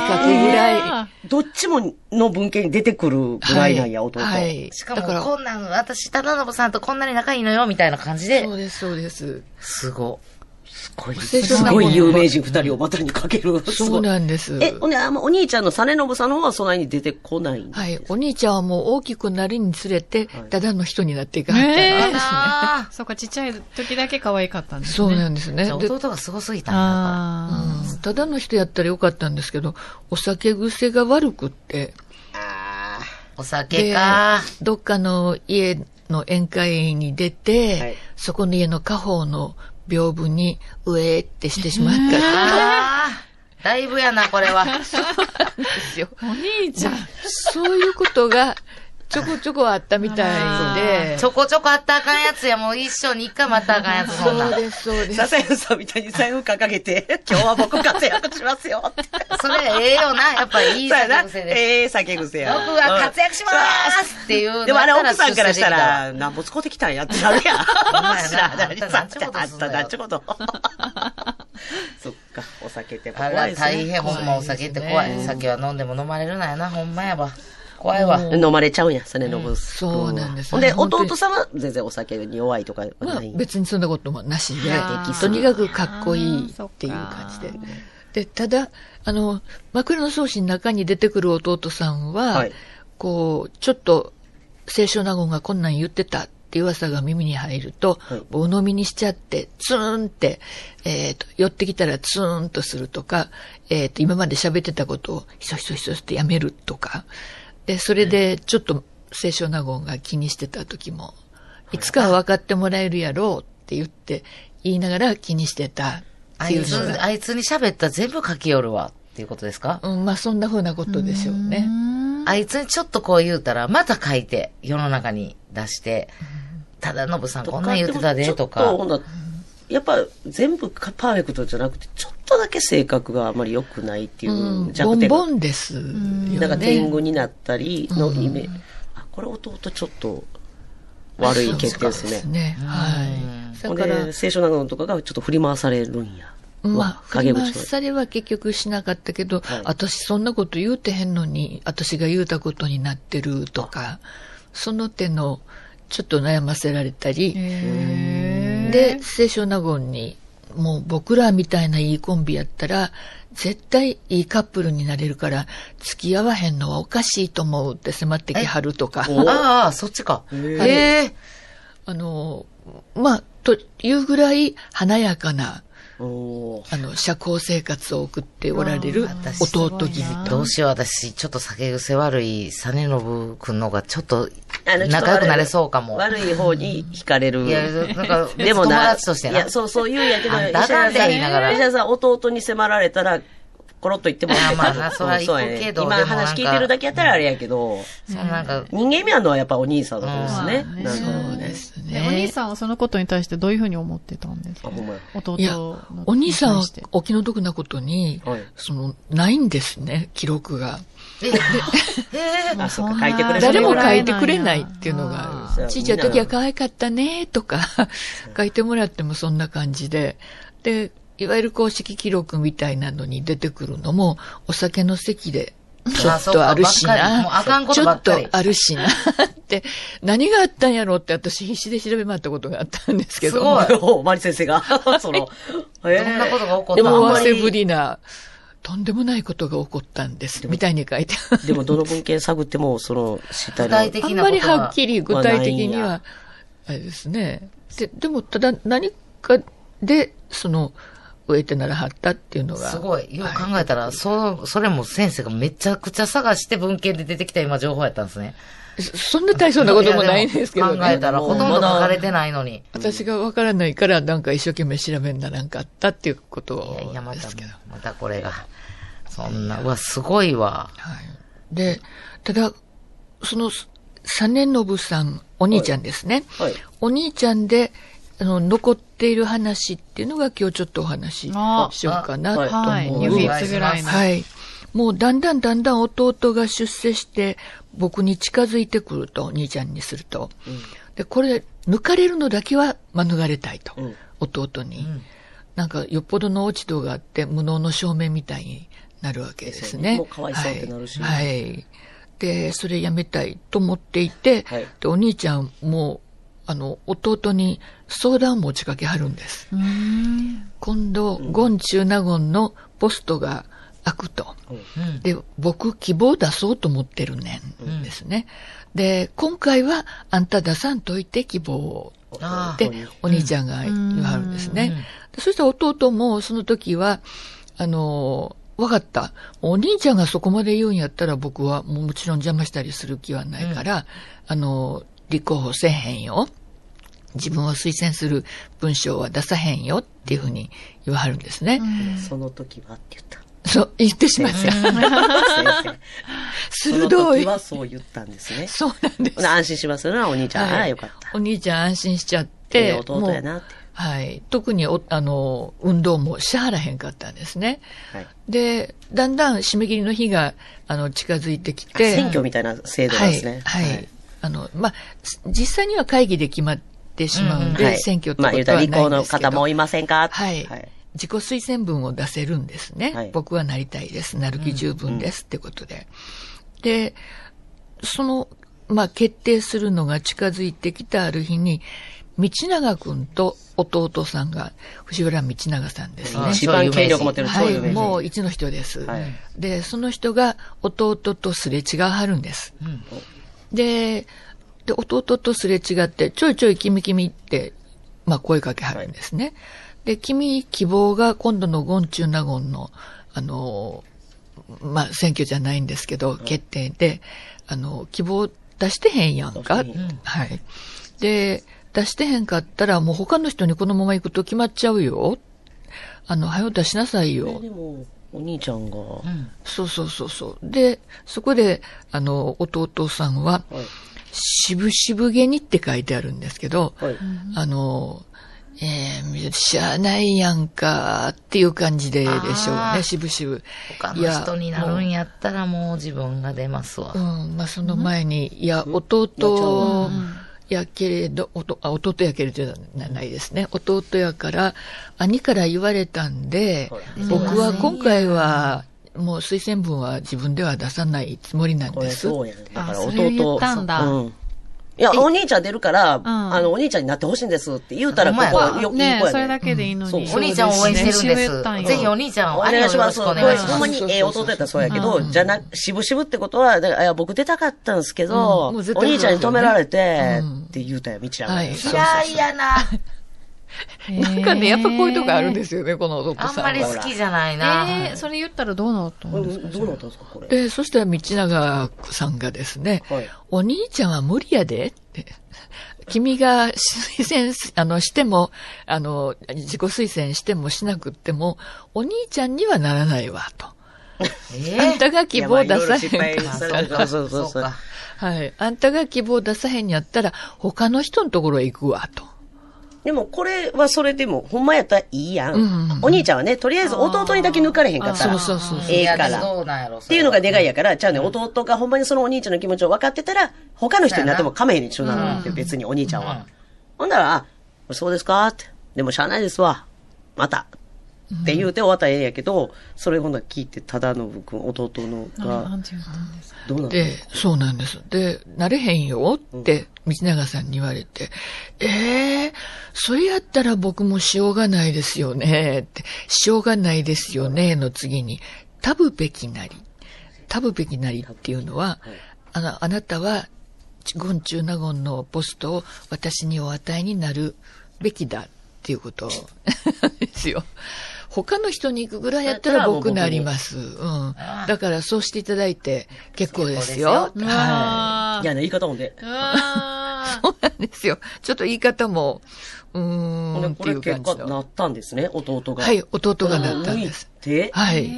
Speaker 6: らい。
Speaker 3: どっちもの文献に出てくるぐらいなんや、弟。
Speaker 6: は
Speaker 3: はい。
Speaker 6: い。
Speaker 4: しか
Speaker 6: だら
Speaker 4: も、こんなん、私、忠信さんとこんなに仲いいのよ、みたいな感じで
Speaker 6: そ。うです、そうです。
Speaker 4: すご。
Speaker 3: すごい、
Speaker 6: 清
Speaker 3: す
Speaker 6: 少納言
Speaker 3: ごい有名人二人を股にかける。す
Speaker 6: そ
Speaker 3: ご
Speaker 6: う
Speaker 3: い
Speaker 6: なんです。
Speaker 3: え、ほんで、あお兄ちゃんの実信さんの方はそないに出てこないん
Speaker 6: はい。お兄ちゃんはもう大きくなりにつれて、ただの人になっていかはったん
Speaker 5: え
Speaker 6: です
Speaker 5: ー
Speaker 6: ね。
Speaker 4: あ
Speaker 5: そうか、ちっちゃい時だけ可愛かったんですね。
Speaker 6: そうなんです
Speaker 4: あ。
Speaker 6: ね
Speaker 4: じゃあ。
Speaker 6: で、う
Speaker 4: 弟がすごすぎたんだ。
Speaker 5: あ
Speaker 6: んただの人やったらよかったんですけど、お酒癖が悪くって、
Speaker 4: お酒か。
Speaker 6: どっかの家の宴会に出て、
Speaker 3: はい
Speaker 6: そこの家の家宝の屏風に、うえーってしてしまったら、
Speaker 4: ああ。だいぶやな、これ は。
Speaker 6: ですよ。
Speaker 5: あ。お兄ちゃん。
Speaker 6: そういうことが、ちょこちょこあったみたい で。
Speaker 4: ちょこちょこあったらあかんやつや、もう一生に一回もあったらあかんやつ、そんな
Speaker 6: そ
Speaker 4: ん
Speaker 6: う。です、そうです。
Speaker 3: ササヤさんみたいに財布掲げて、今日は僕活躍しますよって。
Speaker 4: それええよな、やっぱりいい
Speaker 3: そうやな
Speaker 4: 作戦。で。
Speaker 3: ええ、酒癖や。
Speaker 4: 僕は活躍しまーすっていう。
Speaker 3: でもあれ奥さんからした、ら、なんぼ使うてきたんやってなるやん。
Speaker 4: んまやな
Speaker 3: 知らない。さ
Speaker 4: あんた
Speaker 3: あ
Speaker 4: なんちゅうことす
Speaker 3: ん
Speaker 4: んの
Speaker 3: た
Speaker 4: よ
Speaker 3: なんちゅうこと。そっか、お酒ってやっぱ
Speaker 4: あ
Speaker 3: 怖い
Speaker 4: ら、
Speaker 3: です
Speaker 4: 大
Speaker 3: ね。
Speaker 4: 変、ほんまお酒って怖い。酒は飲んでも飲まれるなやな、ほんまやば。怖いわ。
Speaker 3: 飲まれちゃうんや、それのぶす。
Speaker 6: そうなんです
Speaker 3: ほんで、
Speaker 6: 本当に
Speaker 3: 弟さんは全然お酒に弱いとかは
Speaker 6: まあ
Speaker 3: ない。
Speaker 6: 別にそんなこともなしで
Speaker 3: あー、
Speaker 6: とにかくかっこいいっていう感じで。で、ただ、あの、枕草子の中に出てくる弟さんは、
Speaker 3: はい
Speaker 6: こう、ちょっと、清少納言がこんなん言ってたっっていう噂が耳に入ると、お飲みにしちゃって、ツーンって、えっ、と、寄ってきたらツーンとするとか、えっ、と、今まで喋ってたことをひそひそひそってやめるとか、で、それでちょっと清少納言が気にしてた時も、いつかは分かってもらえるやろうって言って、言いながら気にしてたっ
Speaker 4: あ
Speaker 6: てい
Speaker 4: いう
Speaker 6: の
Speaker 4: つ、
Speaker 6: が、
Speaker 4: あいつに喋ったら全部書き寄るわっていうことですか、
Speaker 6: うん、まあそんな風なことでしょうね。
Speaker 4: あいつにちょっとこう言うたら、また書いて、世の中に出して、ただのぶさんこんなん言ってたで、と
Speaker 3: ちょっと
Speaker 4: か
Speaker 3: ほ。んなやっぱ全部かパーフェクトじゃなくて、ちょっとだけ性格があまり良くないっていう
Speaker 6: うんボ
Speaker 3: 弱
Speaker 6: ン
Speaker 3: 点が。
Speaker 6: ボンですよね。
Speaker 3: なんか天狗になったりのイメージ。あ、これ弟ちょっと悪い欠点です
Speaker 6: そうです
Speaker 3: ね。
Speaker 6: ね。はい。
Speaker 3: ほん
Speaker 6: だから、
Speaker 3: で、聖書などとかがちょっと振り回されるんや。
Speaker 6: まあ
Speaker 3: わ、
Speaker 6: 振
Speaker 3: 陰
Speaker 6: り
Speaker 3: 口
Speaker 6: 回
Speaker 3: は
Speaker 6: されは結局しなかったけど、
Speaker 3: はい
Speaker 6: 私そんなこと言うてへんのに、私が言うたことになってるとか、その手の、ちょっと悩ませられたり、で、清少納言に、もう僕らみたいないいコンビやったら、絶対いいカップルになれるから、付き合わへんのはおかしいと思うって迫ってきはるとか。
Speaker 4: ああ、そっちか。へえ。
Speaker 6: あの、まあ、というぐらい華やかな、
Speaker 3: おー
Speaker 6: あの、社交生活を送っておられる弟義
Speaker 4: ど
Speaker 6: 理と。
Speaker 4: うしよう、私、ちょっと酒癖悪い、実信くんのがちょっと
Speaker 3: あのちょっと悪い
Speaker 4: 仲良くなれそうかも。
Speaker 3: 悪い方に惹かれる。
Speaker 4: いや、なんか、
Speaker 3: でも
Speaker 4: 友
Speaker 3: な、
Speaker 4: 達として
Speaker 3: い
Speaker 4: な。
Speaker 3: や、そう、そう言うんやけど、
Speaker 4: あん
Speaker 3: 石
Speaker 4: た
Speaker 3: 田さん、
Speaker 4: あかんで言いながら
Speaker 3: 石田さん、弟に迫られたら、コロッと言ってもいい
Speaker 4: あまあなそら行くけど
Speaker 3: 今
Speaker 4: でもなんか
Speaker 3: 話聞いてるだけやったらあれやけど、
Speaker 4: そうなんか、
Speaker 3: 人間味あるのはやっぱお兄さんの方ですね
Speaker 7: うん。
Speaker 3: なんか
Speaker 6: そうです
Speaker 7: で
Speaker 6: ね。
Speaker 7: お兄さんはそのことに対してどういうふうに思ってたんですか
Speaker 3: あ、ほんまや。
Speaker 7: 弟
Speaker 6: いや
Speaker 7: のに対して。、
Speaker 6: お兄さんはお気の毒なことに、
Speaker 3: はい
Speaker 6: その、ないんですね、記録
Speaker 7: も
Speaker 6: が。
Speaker 7: うそんな
Speaker 3: あそうか書いてくれ
Speaker 6: 誰も書いて
Speaker 7: そ
Speaker 6: くれ
Speaker 7: ぐら
Speaker 6: ない
Speaker 7: ん
Speaker 6: い
Speaker 7: や
Speaker 6: っていうのが
Speaker 3: あ
Speaker 6: あ
Speaker 3: ー
Speaker 6: る。ちっちゃい時は可愛かったねとか、書いてもらってもそんな感じで。で、いわゆる公式記録みたいなのに出てくるのも、お酒の席で、ちょっとあるし
Speaker 4: あそうかばっかりもうあか
Speaker 6: な。
Speaker 4: んこ
Speaker 6: ち
Speaker 4: と
Speaker 6: ょ
Speaker 4: ば
Speaker 6: っ
Speaker 4: っかり
Speaker 6: とあるしな。って、何があったんやろうって私必死で調べ回ったことがあったんですけど。
Speaker 4: すごい
Speaker 3: おマリ先生 が、その、え
Speaker 4: どんなことが起こったの
Speaker 3: でも、
Speaker 6: 思
Speaker 3: あん
Speaker 6: わ
Speaker 3: ま
Speaker 6: せぶ
Speaker 3: り、
Speaker 6: りな、とんでもないことが起こったんです。みたいに書いてある
Speaker 3: でも、どの文献探っても、その、知った
Speaker 4: 具
Speaker 3: りは
Speaker 4: 体
Speaker 6: あ
Speaker 4: 的
Speaker 6: ん
Speaker 4: なこ
Speaker 6: ま
Speaker 4: と
Speaker 6: り
Speaker 4: は
Speaker 6: はっきり具体的に
Speaker 3: まあ
Speaker 6: は、あれですね。で、でも、ただ何かで、その、植えてならはったっていうのが。
Speaker 4: すごい。よく考えたら、そう、それも先生がめちゃくちゃ探して文献で出てきた今情報やったんですね。
Speaker 6: そそんな大層なこともないんですけど
Speaker 4: いやでも考え
Speaker 6: ね。
Speaker 4: たらほとんど書かれてないのに。
Speaker 6: 私がわからないから、なんか一生懸命調べんならんかったっていうこと
Speaker 4: いやいや、ま
Speaker 6: で
Speaker 4: た
Speaker 6: すけど。、
Speaker 4: またこれが。そんな、うわ、すごいわ。
Speaker 6: はい。で、ただ、その、サネノブさん、お兄ちゃんですね。
Speaker 3: はい。
Speaker 6: お兄ちゃんで、あの、残っている話っていうのが今日ちょっとお話ししようかなと思う。
Speaker 3: あ
Speaker 7: はい。指つぐらいの。
Speaker 6: はい。もうだんだんだんだん弟が出世して、僕に近づいてくると、兄ちゃんにすると。で、これ、抜かれるのだけは免れたいと、
Speaker 3: うん
Speaker 6: 弟に。なんか、よっぽどの落ち度があって、無能の証明みたいになるわけですね。
Speaker 3: ですよねもうかわいそうってなるしね
Speaker 6: はい。はいで、それやめたいと思っていて、
Speaker 3: はい
Speaker 6: で、お兄ちゃんも、あの、弟に相談を持ちかけはるんです。今度、ゴン中納言のポストが開くと。で、僕、希望出そうと思ってるねんですね。で、今回は、あんた出さんといて希望を。
Speaker 4: あ
Speaker 6: って、お兄ちゃんが言わはるんですね。でそしたら弟も、その時は、あの、わかった。お兄ちゃんがそこまで言うんやったら僕はもうもちろん邪魔したりする気はないから、あの、立候補せへんよ。自分を推薦する文章は出さへんよっていうふうに言わはるんですね。
Speaker 3: その時はって言った。
Speaker 6: そう、言ってしまった。
Speaker 3: 先生。その
Speaker 6: 鋭
Speaker 3: 時
Speaker 6: い。
Speaker 3: はそう言ったんですね。
Speaker 6: そうなんです。
Speaker 3: 安心しますよね、お兄ちゃん。あ
Speaker 6: は
Speaker 3: ら
Speaker 6: い
Speaker 3: よかった。
Speaker 6: お兄ちゃん安心しちゃっ
Speaker 3: ええ
Speaker 6: て、
Speaker 3: 弟やな
Speaker 6: も
Speaker 3: っ
Speaker 6: う
Speaker 3: て
Speaker 6: はい。特にお、あの、運動もしはらへんかったんですね。
Speaker 3: はい
Speaker 6: で、だんだん締め切りの日が、あの、近づいてきて。
Speaker 3: 選挙みたいな制度なんですね。
Speaker 6: はい。はい。あの、まあ、す実際には会議で決まってしまうんで、
Speaker 3: はい
Speaker 6: 選挙ってこと
Speaker 3: まあ、
Speaker 6: はない
Speaker 3: 言
Speaker 6: ん
Speaker 3: うたら、
Speaker 6: です
Speaker 3: 立候補
Speaker 6: けど。
Speaker 3: の方もいませんか
Speaker 6: はい。自己推薦文を出せるんですね。
Speaker 3: はい
Speaker 6: 僕はなりたいです。なる気十分です、ってことで。で、その、まあ、決定するのが近づいてきたある日に、道長くんと弟さんが、藤原道長さんですね。
Speaker 3: 一番権力持ってる超
Speaker 6: は
Speaker 3: 有
Speaker 6: い、
Speaker 3: 名人。
Speaker 6: もう一の人です、
Speaker 3: はい
Speaker 6: で、その人が弟とすれ違わはるんです。で、で、弟とすれ違って、ちょいちょい君君って、まあ声かけはるんですね。で、君希望が今度のゴンチュナゴンの、あのー、まあ選挙じゃないんですけど、決定で、あの、希望出してへんやんか。はい。で、出してへんかったら、もう他の人にこのまま行くと決まっちゃうよ。あの、早う出しなさいよ。
Speaker 3: でも、お兄ちゃんが、
Speaker 6: そうそうそうそう。で、そこで、あの、弟さんは、
Speaker 3: はい
Speaker 6: しぶしぶげにって書いてあるんですけど、
Speaker 3: はい
Speaker 6: あの、えー、しゃあないやんかっていう感じででしょう
Speaker 4: あー
Speaker 6: ね、しぶしぶ。
Speaker 4: 他の人になるんやったらもう自分が出ますわ
Speaker 6: う。ん、まあ、その前に、いや、弟やけれど、おとあ弟やけれどじゃないですね。弟やから、兄から言われたんで、僕は今回は、もう推薦文は自分では出さないつもりなん
Speaker 3: こ
Speaker 6: で
Speaker 3: れ
Speaker 6: す。
Speaker 3: そうやね。だ
Speaker 7: あ
Speaker 3: から
Speaker 7: それ言
Speaker 3: 弟
Speaker 7: っ。たんだ。
Speaker 3: うん。いや、お兄ちゃん出るから、
Speaker 5: ん
Speaker 3: あの、お兄ちゃんになってほしいんですって言うたら、
Speaker 4: ほん
Speaker 3: こ
Speaker 4: まや
Speaker 5: まあ
Speaker 3: こ、よ、いい
Speaker 5: ね
Speaker 3: 子
Speaker 5: それ
Speaker 3: や
Speaker 5: だ
Speaker 3: ね。
Speaker 5: けでいいのに。
Speaker 3: うんそう
Speaker 4: お兄ちゃんを応援してるん
Speaker 5: そうですね。
Speaker 4: です。ぜひお兄ちゃんを、
Speaker 3: お
Speaker 4: 兄を
Speaker 3: 願いし
Speaker 4: よ
Speaker 3: ま
Speaker 4: ろし
Speaker 3: す。
Speaker 4: く
Speaker 3: こ
Speaker 4: お
Speaker 3: れ
Speaker 4: 願い
Speaker 3: ほ
Speaker 4: し
Speaker 3: ん
Speaker 4: ま。
Speaker 3: ますにええ弟やったらそうやけど、じゃな、しぶしぶってことは、だから、いや、僕出たかったんですけど、
Speaker 6: うん
Speaker 3: お
Speaker 6: もう絶対
Speaker 3: 兄ちゃんに止められて
Speaker 6: うん、
Speaker 3: って言うたよ、みちゃんが。
Speaker 6: はい。そうそう
Speaker 4: 嫌いやな。
Speaker 6: なんかね、やっぱこういうとこあるんですすよね、この弟
Speaker 4: あん
Speaker 6: さん
Speaker 4: ま
Speaker 6: は。
Speaker 4: り好きじゃない
Speaker 5: え
Speaker 4: な
Speaker 5: ー、。それ言ったらどうなった
Speaker 3: これ
Speaker 5: んですか
Speaker 3: どうなったんですか、これ。
Speaker 6: で、そしたら道長さんがですね、
Speaker 3: はい
Speaker 6: お兄ちゃんは無理やでって。 君が推薦す、あの、しても、あの、自己推薦してもしなくっても、お兄ちゃんにはならないわ、と。
Speaker 4: え
Speaker 6: あんたが希望出さ
Speaker 3: いやまあ
Speaker 6: へ
Speaker 3: いろ
Speaker 6: ん
Speaker 3: いろ失敗
Speaker 6: から。
Speaker 3: されるからそうそうそう。
Speaker 6: はい。あんたが希望出さへんやったら、他の人のところへ行くわ、と。
Speaker 3: でも、これはそれでも、ほんまやったらいいや
Speaker 6: うんうんうんん。
Speaker 3: お兄ちゃんはね、とりあえず弟にだけ抜かれへんかった
Speaker 6: そ
Speaker 3: ら
Speaker 6: う。そうそうそう。
Speaker 3: ええから
Speaker 4: いやそうなんやろ。っ
Speaker 3: っていうのが願いやから、じゃあね、弟がほんまにそのお兄ちゃんの気持ちを分かってたら、他の人になってもかめへんでしょ、なの別にお兄ちゃんは。ほんなら、あ、そうですかって。でもしゃあないですわ。また。って言うて終わったらええんやけど、それほんなら聞いて、忠信君、弟の
Speaker 5: な
Speaker 3: が、
Speaker 5: んて言ったんですか
Speaker 3: どうなの
Speaker 6: で、そうなんです。で、なれへんよって、道長さんに言われて、ええそれやったら僕もしようがないですよね、って、しようがないですよね、の次に、タブべきなり。タブべきなりっていうのは、あの、あなたは、ゴンチュウナゴンのポストを私にお与えになるべきだっていうことですよ。他の人に行くぐらいやったら僕なります。うん。だからそうしていただいて結構ですよ。
Speaker 5: う
Speaker 6: は
Speaker 5: わ
Speaker 3: いやね、言い方もね。
Speaker 5: ーうわー
Speaker 6: い。そうなんですよ。ちょっと言い方も、う
Speaker 3: ほん
Speaker 6: ー
Speaker 3: で
Speaker 6: んっ
Speaker 3: こ
Speaker 6: てい
Speaker 3: れ
Speaker 6: う
Speaker 3: 結
Speaker 6: 感
Speaker 3: 果
Speaker 6: じ
Speaker 3: な
Speaker 6: の。
Speaker 3: ったんですね、弟が。
Speaker 6: はい、弟がなったんです。
Speaker 3: 抜いて、
Speaker 6: はい。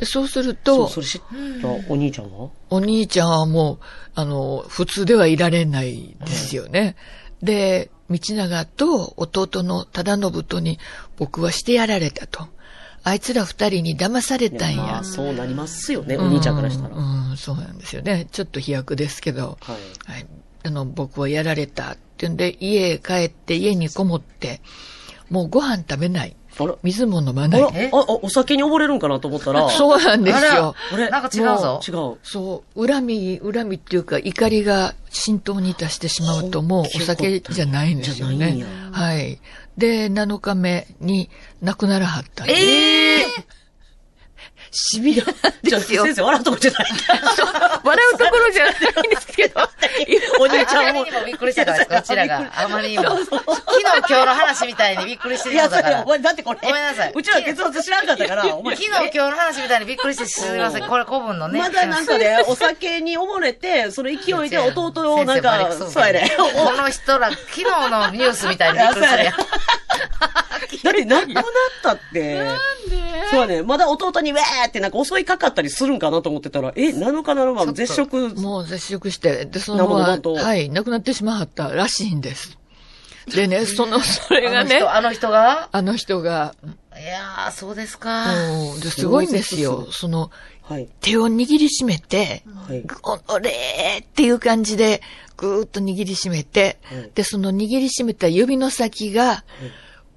Speaker 6: でそうする
Speaker 3: そ
Speaker 6: と、
Speaker 3: う、それ知ったお兄ちゃんは
Speaker 6: お兄ちゃんはもう、あの、普通ではいられないですよね。で、道長と弟の忠信とに僕はしてやられたと。あいつら二人に騙されたん
Speaker 3: ま
Speaker 6: や
Speaker 3: あ、。そうなりますよね、お兄ちゃんからしたら。
Speaker 6: う
Speaker 3: は
Speaker 6: ん、うんそうなんですよね。ちょっと飛躍ですけど。
Speaker 3: い。
Speaker 6: はい。あの、僕はやられたってんで、家へ帰って家にこもって、もうご飯食べない。
Speaker 3: あら、
Speaker 6: 水も飲ま
Speaker 3: あ
Speaker 6: な
Speaker 3: ら、
Speaker 6: い。
Speaker 3: あ、あお酒に溺れるんかなと思ったら。う。
Speaker 6: そうなんですよ。
Speaker 3: 俺、
Speaker 4: なんか違うぞ
Speaker 3: 違う。
Speaker 6: そう、恨み、恨みっていうか怒りが浸透に達してしまうともうお酒じゃないんですよ
Speaker 3: じゃないん
Speaker 6: ね
Speaker 3: や。
Speaker 6: はい。で、7日目に亡くならはったんです。
Speaker 4: ええ
Speaker 6: しびれ
Speaker 3: じゃ
Speaker 6: で
Speaker 3: あ、
Speaker 6: すよ。
Speaker 3: 先生、笑うとこじゃない。
Speaker 6: 笑うところじゃないんですけど。
Speaker 3: お兄ちゃ
Speaker 4: あ
Speaker 3: ん
Speaker 4: ま
Speaker 3: も
Speaker 4: りに。もびっくりした からですか、うちらが。あまりにも。昨日今日の話みたいにびっくりして
Speaker 3: い
Speaker 4: る
Speaker 3: や、
Speaker 4: の
Speaker 3: それ
Speaker 4: だから。
Speaker 3: お前だってこれ。
Speaker 4: ごめんなさいう
Speaker 3: ちら血圧知らんかったから、お前。
Speaker 4: 昨日今日の話みたいにびっくりしてすみません。これ古文のね。
Speaker 3: まだなんか ね、お酒に溺れて、その勢いで弟をなんか、そうやね。
Speaker 4: こ の人ら、昨日のニュースみたいにびっくりするやん。
Speaker 3: だって亡くなったって。なんでそうやね。まだ弟にウェーってなんか襲いかかったりするんかなと思ってたら、え、7日の晩絶食。
Speaker 6: もう絶食して、で、そのま
Speaker 3: なるほど
Speaker 6: ま、はい、亡くなってしまはったらしいんです。でね、その、それ
Speaker 4: あ
Speaker 6: が
Speaker 4: の
Speaker 6: ね
Speaker 4: 人、、あの人が
Speaker 6: あの人が、
Speaker 4: いやー、そうですか。
Speaker 6: もうですごいんですよ。その、
Speaker 3: はい。
Speaker 6: 手を握りしめて、
Speaker 3: はい。
Speaker 6: おれーっていう感じで、ぐーっと握りしめて、
Speaker 3: うん
Speaker 6: で、その握りしめた指の先が、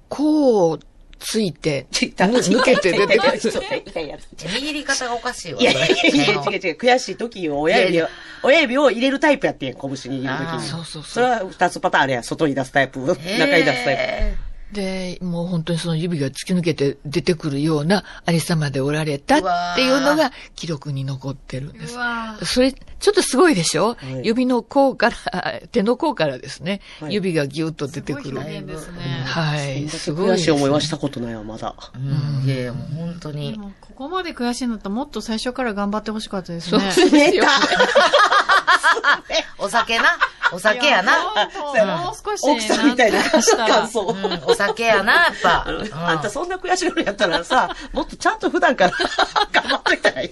Speaker 6: こう、ついて、抜けて出てくる。
Speaker 3: いや いや。
Speaker 4: 握り方がおかしいわ。
Speaker 3: いやいやいや、違う違う
Speaker 4: それ
Speaker 3: 悔しい時を親指を、親指を入れるタイプやってん、拳握る時
Speaker 4: あー
Speaker 3: に。
Speaker 6: そうそうそう
Speaker 3: それは二つパターンあれや、外に出すタイプ、中に出すタイプ。
Speaker 4: え
Speaker 6: で、もう本当にその指が突き抜けて出てくるようなありさまでおられたっていうのが記録に残ってるんです。それ、ちょっとすごいでしょ、
Speaker 3: はい
Speaker 6: 指の甲から、あ手の甲からですね、
Speaker 3: はい
Speaker 6: 指がギュッと出てく
Speaker 5: す
Speaker 6: る
Speaker 5: ごい。表現ですね。
Speaker 6: はい、すごい
Speaker 3: 悔
Speaker 6: です
Speaker 3: しい思いはしたことないわ、まだ。
Speaker 4: うん、いやいや、もう本当
Speaker 5: で
Speaker 4: に。
Speaker 5: もここまで悔しいんだったらもっと最初から頑張ってほしかったです
Speaker 6: そう
Speaker 5: ね。
Speaker 6: ですよ。
Speaker 4: お酒な。お酒やな。
Speaker 5: いや。もう少し。
Speaker 3: 奥さんみたいな
Speaker 5: なんとかしたら
Speaker 3: 感想。
Speaker 4: うん、お酒やな、やっぱ。うん
Speaker 3: あんたそんな悔しがるやったらさ、もっとちゃんと普段から 頑張ってたらい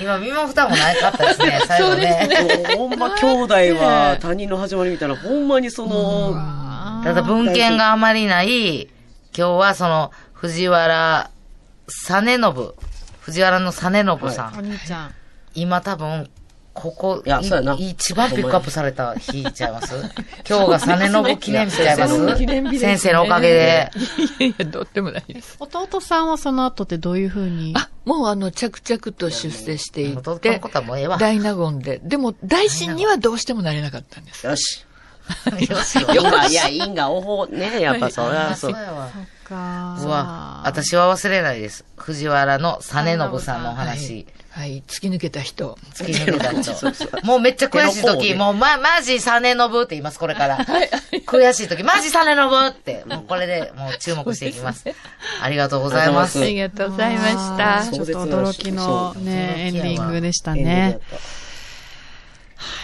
Speaker 4: 今、身も蓋もなかったですね、最後ね。
Speaker 3: い。ほんま兄弟は他人の始まりみたいな、ほんまにその、
Speaker 4: ただ文献があまりない、今日はその、藤原実信、藤原の実信さん。
Speaker 5: お兄ちゃん。
Speaker 4: 今多分、ここ、
Speaker 3: いやそうやない
Speaker 4: 一番ピックアップされた日ちゃいます今日が実信記念日ちゃいま
Speaker 3: そうですすね
Speaker 4: 先生のおかげで。
Speaker 6: いやいや、どうでもないです。
Speaker 5: 弟さんはその後ってどういうふうに
Speaker 6: あ、もうあの、着々と出世してい
Speaker 4: 弟
Speaker 6: っ
Speaker 4: の
Speaker 6: て
Speaker 4: こ、とはもうええわ。
Speaker 6: 大納言で。でも、大臣にはどうしてもなれなかったんです。
Speaker 3: よし。
Speaker 4: よしよ
Speaker 3: 因果、いや、因果応報ね、やっぱそれは
Speaker 4: そ
Speaker 3: そうう。
Speaker 4: やわ。
Speaker 5: か
Speaker 4: うわ、私は忘れないです。藤原の実信さんのお話。
Speaker 6: はい、突き抜けた人。
Speaker 4: 突き抜けた人。もうめっちゃ悔しい時、
Speaker 3: 手の甲をね
Speaker 4: もうま、マジ実信って言います、これから。悔しい時、マジ実信って、もうこれでもう注目していきます。ありがとうございます。
Speaker 3: あ
Speaker 5: あ
Speaker 3: り
Speaker 5: りがとうございまし
Speaker 3: あ
Speaker 5: た。
Speaker 3: ー
Speaker 5: ちょっと
Speaker 3: 壮絶な
Speaker 5: 驚きの
Speaker 3: そう
Speaker 5: ね、
Speaker 4: 驚き
Speaker 5: エン
Speaker 4: や
Speaker 5: デ
Speaker 4: わ
Speaker 5: ィングでしたね。。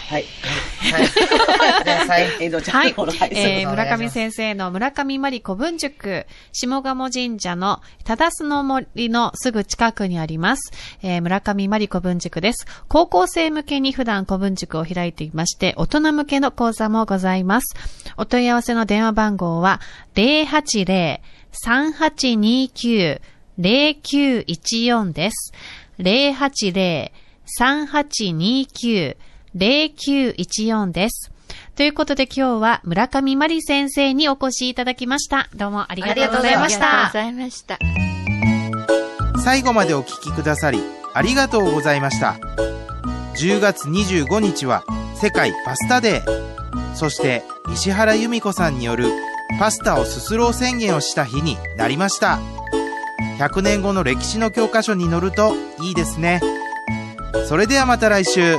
Speaker 3: はい。
Speaker 4: はい。じゃあ最後
Speaker 3: 遠藤ちゃん、
Speaker 5: はい
Speaker 3: ほら、は。い
Speaker 5: えー、村上先生の村上真理子文塾、下鴨神社の忠須の森のすぐ近くにあります。えー、村上真理子文塾です。高校生向けに普段古文塾を開いていまして、大人向けの講座もございます。お問い合わせの電話番号は、080-3829-0914です。080-3829-0914です。ということで今日は村上真理先生にお越しいただきました。どうもありがとうございまし
Speaker 6: ありがとう
Speaker 5: た
Speaker 6: ご。ざいました。
Speaker 2: 最後までお聞きくださりありがとうございました10月25日は世界パスタデーそして石原由美子さんによるパスタをすすろう宣言をした日になりました100年後の歴史の教科書に載るといいですねそれではまた来週